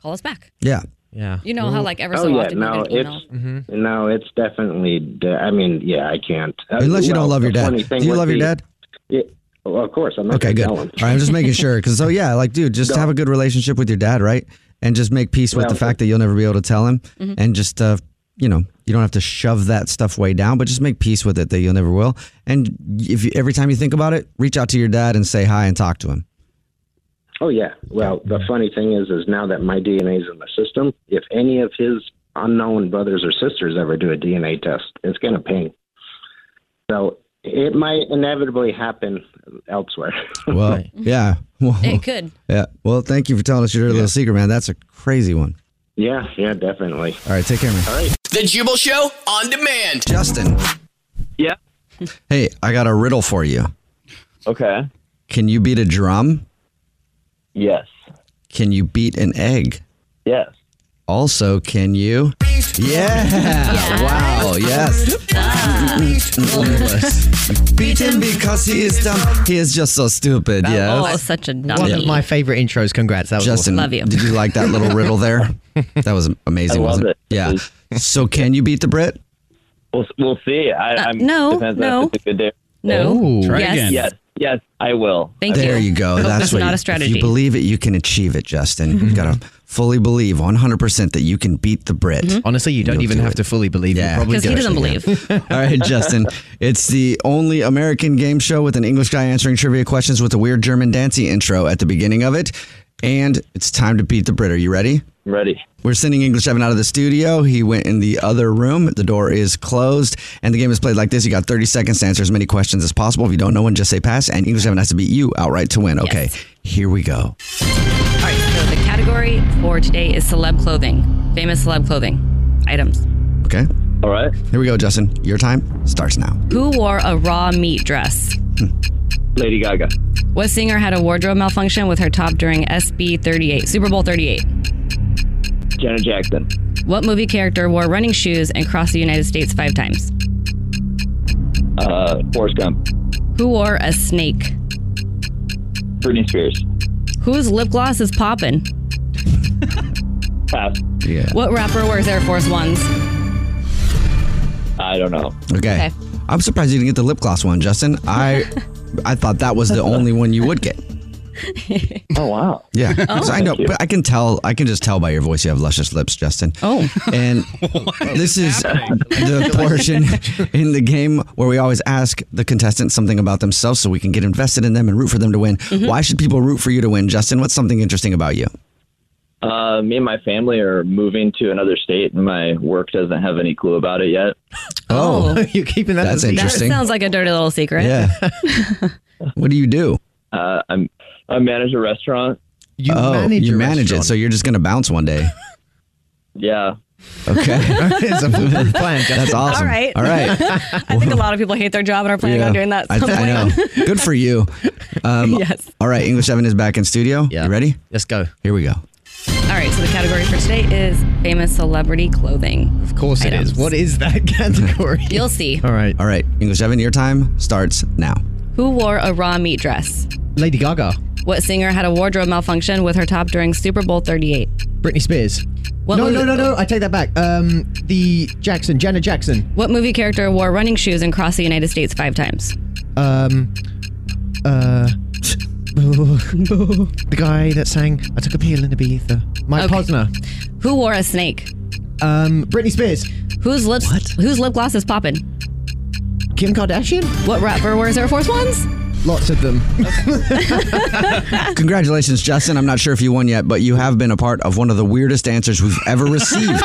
Speaker 4: call us back.
Speaker 3: Yeah. Mm-hmm.
Speaker 5: Yeah.
Speaker 4: You know how, like, ever so
Speaker 20: oh, yeah,
Speaker 4: often
Speaker 20: no,
Speaker 4: we'll get an email.
Speaker 20: it's no, it's definitely. De- I mean, yeah, I can't. Uh,
Speaker 3: Unless you don't
Speaker 20: well,
Speaker 3: love your
Speaker 20: the
Speaker 3: dad.
Speaker 20: funny
Speaker 3: Do
Speaker 20: thing
Speaker 3: you
Speaker 20: would
Speaker 3: love your
Speaker 20: be-
Speaker 3: dad?
Speaker 20: Yeah, well, of course, I'm not
Speaker 3: Okay,
Speaker 20: gonna
Speaker 3: good.
Speaker 20: tell
Speaker 3: All
Speaker 20: him.
Speaker 3: right, I'm just making sure. Because, so yeah, like, dude, just have a good relationship with your dad, right? And just make peace with
Speaker 20: Well-
Speaker 3: the fact that you'll never be able to tell him.
Speaker 20: Mhm.
Speaker 3: And just, uh, you know, you don't have to shove that stuff way down, but just make peace with it that you'll never will. And if you, every time you think about it, reach out to your dad and say hi and talk to him.
Speaker 20: Oh yeah. Well, the funny thing is, is now that my DNA is in the system, if any of his unknown brothers or sisters ever do a DNA test, it's gonna ping. So it might inevitably happen elsewhere. [laughs]
Speaker 3: Well, [laughs] yeah. Well,
Speaker 4: It could.
Speaker 3: Yeah. Well, thank you for telling us your little secret, man. That's a crazy one.
Speaker 20: Yeah, yeah, definitely.
Speaker 3: All right, take care, man.
Speaker 20: All right.
Speaker 7: The Jubal Show on demand.
Speaker 3: Justin.
Speaker 7: Yeah.
Speaker 3: Hey, I got a riddle for you.
Speaker 22: Okay.
Speaker 3: Can you beat a drum?
Speaker 22: Yes.
Speaker 3: Can you beat an egg?
Speaker 22: Yes.
Speaker 3: Also, can you? Yeah. Wow. Yes. [laughs] Beat him because he is dumb. He is just so stupid.
Speaker 4: Oh,
Speaker 3: yes.
Speaker 4: such a
Speaker 5: One
Speaker 4: nutty.
Speaker 5: of my favorite intros. Congrats. That was
Speaker 3: Justin,
Speaker 5: awesome.
Speaker 3: did you like that little riddle there? That was amazing,
Speaker 5: I love
Speaker 3: wasn't it? Yeah. So, can you beat the Brit?
Speaker 22: We'll, we'll see. I,
Speaker 4: Uh,
Speaker 22: I'm,
Speaker 4: no,
Speaker 22: depends on
Speaker 4: no.
Speaker 22: if it's a good day.
Speaker 4: No. Oh, Try yes. again.
Speaker 22: Yes. Yes. I will.
Speaker 4: Thank
Speaker 3: there you, go.
Speaker 4: I hope
Speaker 3: That's
Speaker 4: that's
Speaker 3: what
Speaker 4: not
Speaker 3: you,
Speaker 4: a
Speaker 3: If
Speaker 4: strategy. Mm-hmm.
Speaker 3: you believe it, you can achieve it, Justin. you got to fully believe 100% that you can beat the Brit.
Speaker 4: Mm-hmm.
Speaker 5: Honestly, you don't even have to fully believe.
Speaker 3: Yeah.
Speaker 5: probably
Speaker 4: 'Cause he doesn't believe.
Speaker 3: All right, Justin. It's the only American game show with an English guy answering trivia questions with a weird German dancey intro at the beginning of it. And it's time to beat the Brit. Are you ready?
Speaker 22: Ready.
Speaker 3: We're sending English Evan out of the studio. He went in the other room. The door is closed, and the game is played like this. You got 30 seconds to answer as many questions as possible. If you don't know one, just say pass, and English Evan has to beat you outright to win. Okay, here we go.
Speaker 4: All right, so the category for today is celeb clothing, famous celeb clothing items.
Speaker 3: Okay.
Speaker 22: All right.
Speaker 3: Here we go, Justin. Your time starts now.
Speaker 4: Who wore a raw meat dress?
Speaker 22: Lady Gaga.
Speaker 4: What singer had a wardrobe malfunction with her top during SB 38, Super Bowl 38?
Speaker 22: Janet Jackson.
Speaker 4: What movie character wore running shoes and crossed the United States five times?
Speaker 22: Uh, Forrest Gump.
Speaker 4: Who wore a snake?
Speaker 22: Britney Spears.
Speaker 4: Whose lip gloss is poppin'?
Speaker 22: Pass.
Speaker 3: Yeah.
Speaker 4: What rapper wears Air Force Ones?
Speaker 22: I don't know.
Speaker 3: Okay.
Speaker 4: Okay.
Speaker 3: I'm surprised you didn't get the lip gloss one, Justin. I
Speaker 4: [laughs]
Speaker 3: I thought that was the only one you would get.
Speaker 22: [laughs] Oh wow.
Speaker 3: Yeah, 'Cause I know,
Speaker 22: Thank you.
Speaker 3: but I can tell. I can just tell by your voice you have luscious lips, Justin.
Speaker 4: Oh, [laughs]
Speaker 3: and this is the portion in the game where we always ask the contestants something about themselves, so we can get invested in them and root for them to win.
Speaker 4: Mm-hmm.
Speaker 3: Why should people root for you to win, Justin? What's something interesting about you?
Speaker 22: Uh, me and my family are moving to another state, and my work doesn't have any clue about it yet.
Speaker 3: Oh,
Speaker 5: you're keeping that.
Speaker 3: That's interesting.
Speaker 4: That sounds like a dirty little secret.
Speaker 3: Yeah. what do you do?
Speaker 22: Uh, I'm I manage a restaurant.
Speaker 3: You oh,
Speaker 22: manage
Speaker 3: you
Speaker 22: a
Speaker 3: manage it,
Speaker 22: restaurant.
Speaker 3: so you're just gonna bounce one day.
Speaker 22: [laughs] Yeah,
Speaker 4: [laughs]
Speaker 23: Okay.
Speaker 5: [laughs] It's a foolproof
Speaker 3: [laughs]
Speaker 5: plan, Justin.
Speaker 23: That's awesome.
Speaker 4: All right.
Speaker 23: All right.
Speaker 4: [laughs] I think a lot of people hate their job and are planning
Speaker 3: Yeah.
Speaker 4: on doing that. at
Speaker 3: I,
Speaker 4: some
Speaker 3: I
Speaker 4: point. [laughs]
Speaker 3: know. Good for you. Um,
Speaker 4: Yes.
Speaker 3: All right, English Evan is back in studio. You ready?
Speaker 5: Let's go.
Speaker 3: Here we go.
Speaker 4: All right. So the category for today is famous celebrity clothing.
Speaker 5: Of course it is. What is that [laughs] category?
Speaker 4: You'll see.
Speaker 5: All right.
Speaker 3: All right, English Evan, your time starts now.
Speaker 4: Who wore a raw meat dress?
Speaker 5: Lady Gaga.
Speaker 4: What singer had a wardrobe malfunction with her top during Super Bowl 38?
Speaker 5: Britney Spears.
Speaker 4: What
Speaker 5: no,
Speaker 4: was
Speaker 5: no,
Speaker 4: it?
Speaker 5: no, no. I take that back. Um, the Jackson, Janet Jackson.
Speaker 4: What movie character wore running shoes and crossed the United States five times?
Speaker 5: Um, uh, [laughs] the guy that sang "I Took a Pill in Ibiza." Mike
Speaker 4: Okay.
Speaker 5: Posner.
Speaker 4: Who wore a snake?
Speaker 5: Um, Britney Spears.
Speaker 4: Whose lips? Whose lip gloss is popping?
Speaker 5: Kim Kardashian.
Speaker 4: What rapper wears Air
Speaker 3: [laughs]
Speaker 4: Force Ones?
Speaker 5: Lots of them.
Speaker 3: Congratulations, Justin. I'm not sure if you won yet, but you have been a part of one of the weirdest answers we've ever received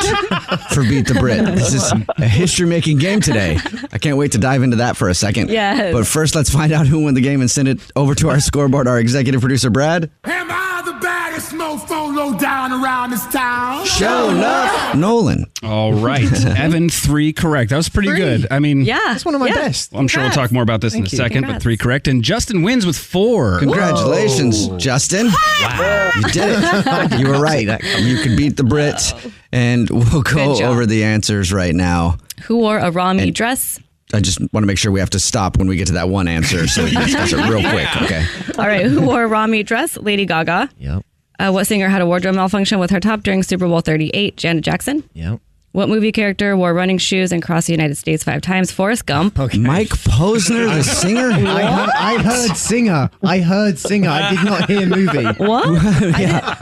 Speaker 3: for Beat the Brit. This is a history making game today. I can't wait to dive into that for a second.
Speaker 15: Yes.
Speaker 3: But first, let's find out who won the game and send it over to our scoreboard, our executive producer, Brad.
Speaker 15: Am I the baddest mofo low down around this town?
Speaker 3: Show enough. Nolan.
Speaker 15: [laughs]
Speaker 24: All right. Evan, three correct. That was pretty
Speaker 15: Three.
Speaker 24: good. I mean,
Speaker 15: Yeah. That's one of my Yeah. best.
Speaker 24: I'm sure we'll
Speaker 15: Congrats.
Speaker 24: talk more about this in a
Speaker 15: Thank you.
Speaker 24: second, but
Speaker 15: Congrats.
Speaker 24: three correct. And Justin wins with four.
Speaker 3: Congratulations, Justin. Wow. You did it. You were right. You could beat the Brit. And we'll
Speaker 4: Good
Speaker 3: go
Speaker 4: job.
Speaker 3: over the answers right now.
Speaker 4: Who wore a raw meat dress?
Speaker 3: I just want to make sure we have to stop when we get to that one answer so we can discuss it real quick.
Speaker 4: [laughs]
Speaker 3: Okay.
Speaker 4: All right. Who wore a raw meat dress? Lady Gaga.
Speaker 5: Yep.
Speaker 4: Uh, what singer had a wardrobe malfunction with her top during Super Bowl 38? Janet Jackson.
Speaker 5: Yep.
Speaker 4: What movie character wore running shoes and crossed the United States five times? Forrest Gump.
Speaker 3: Mike Posner, the singer.
Speaker 5: [laughs] I heard, I heard singer. I heard singer. I did not hear movie.
Speaker 3: [laughs]
Speaker 4: [laughs] What?
Speaker 5: yeah.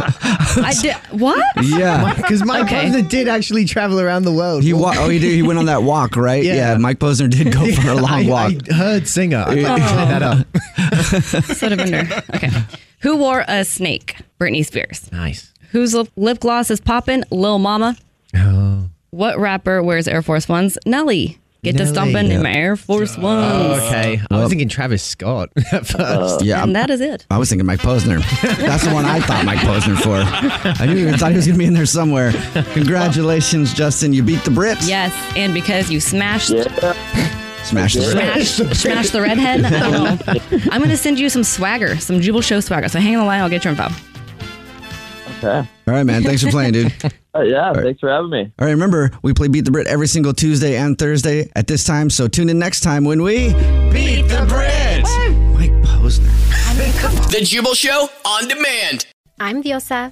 Speaker 4: I did. What?
Speaker 3: Yeah.
Speaker 5: Because Mike
Speaker 3: Okay.
Speaker 5: Posner did actually travel around the world.
Speaker 3: He wa- oh, he did. He went
Speaker 5: [laughs]
Speaker 3: on that walk, right?
Speaker 5: Yeah.
Speaker 3: Yeah. Mike Posner did go for a
Speaker 5: Yeah,
Speaker 3: long
Speaker 5: I-
Speaker 3: walk.
Speaker 5: I heard singer. I thought you made that up.
Speaker 4: Soda vendor. Okay. Who wore a snake? Britney Spears.
Speaker 5: Nice.
Speaker 4: Whose lip- lip gloss is popping? Lil Mama.
Speaker 5: Oh.
Speaker 4: What rapper wears Air Force Ones? Nelly. Get to
Speaker 5: Nelly.
Speaker 4: stomping in my Air Force
Speaker 3: Oh,
Speaker 4: Ones.
Speaker 5: okay. I was thinking Travis
Speaker 3: [laughs]
Speaker 5: Scott at first.
Speaker 22: Uh,
Speaker 3: yeah.
Speaker 4: And that is it.
Speaker 3: I was thinking Mike Posner. [laughs] That's the one I thought Mike Posner for. I knew I thought he was going to be in there somewhere. Congratulations, Justin. You beat the Brits.
Speaker 4: Yes, and because you smashed
Speaker 3: Smash the Brits.
Speaker 4: smashed, smashed the redhead. I don't
Speaker 22: [laughs]
Speaker 4: know.
Speaker 5: [laughs]
Speaker 4: I'm gonna send you some swagger, some Jubal Show swagger. So hang on the line, I'll get your info.
Speaker 3: Okay. All right, man. Thanks for playing, dude.
Speaker 22: Uh, yeah, thanks for having me.
Speaker 3: All right, remember, we play Beat the Brit every single Tuesday and Thursday at this time. So tune in next time when we. Beat the Brit. Mike Posner.
Speaker 7: The Jubal Show on demand.
Speaker 25: I'm Diosa.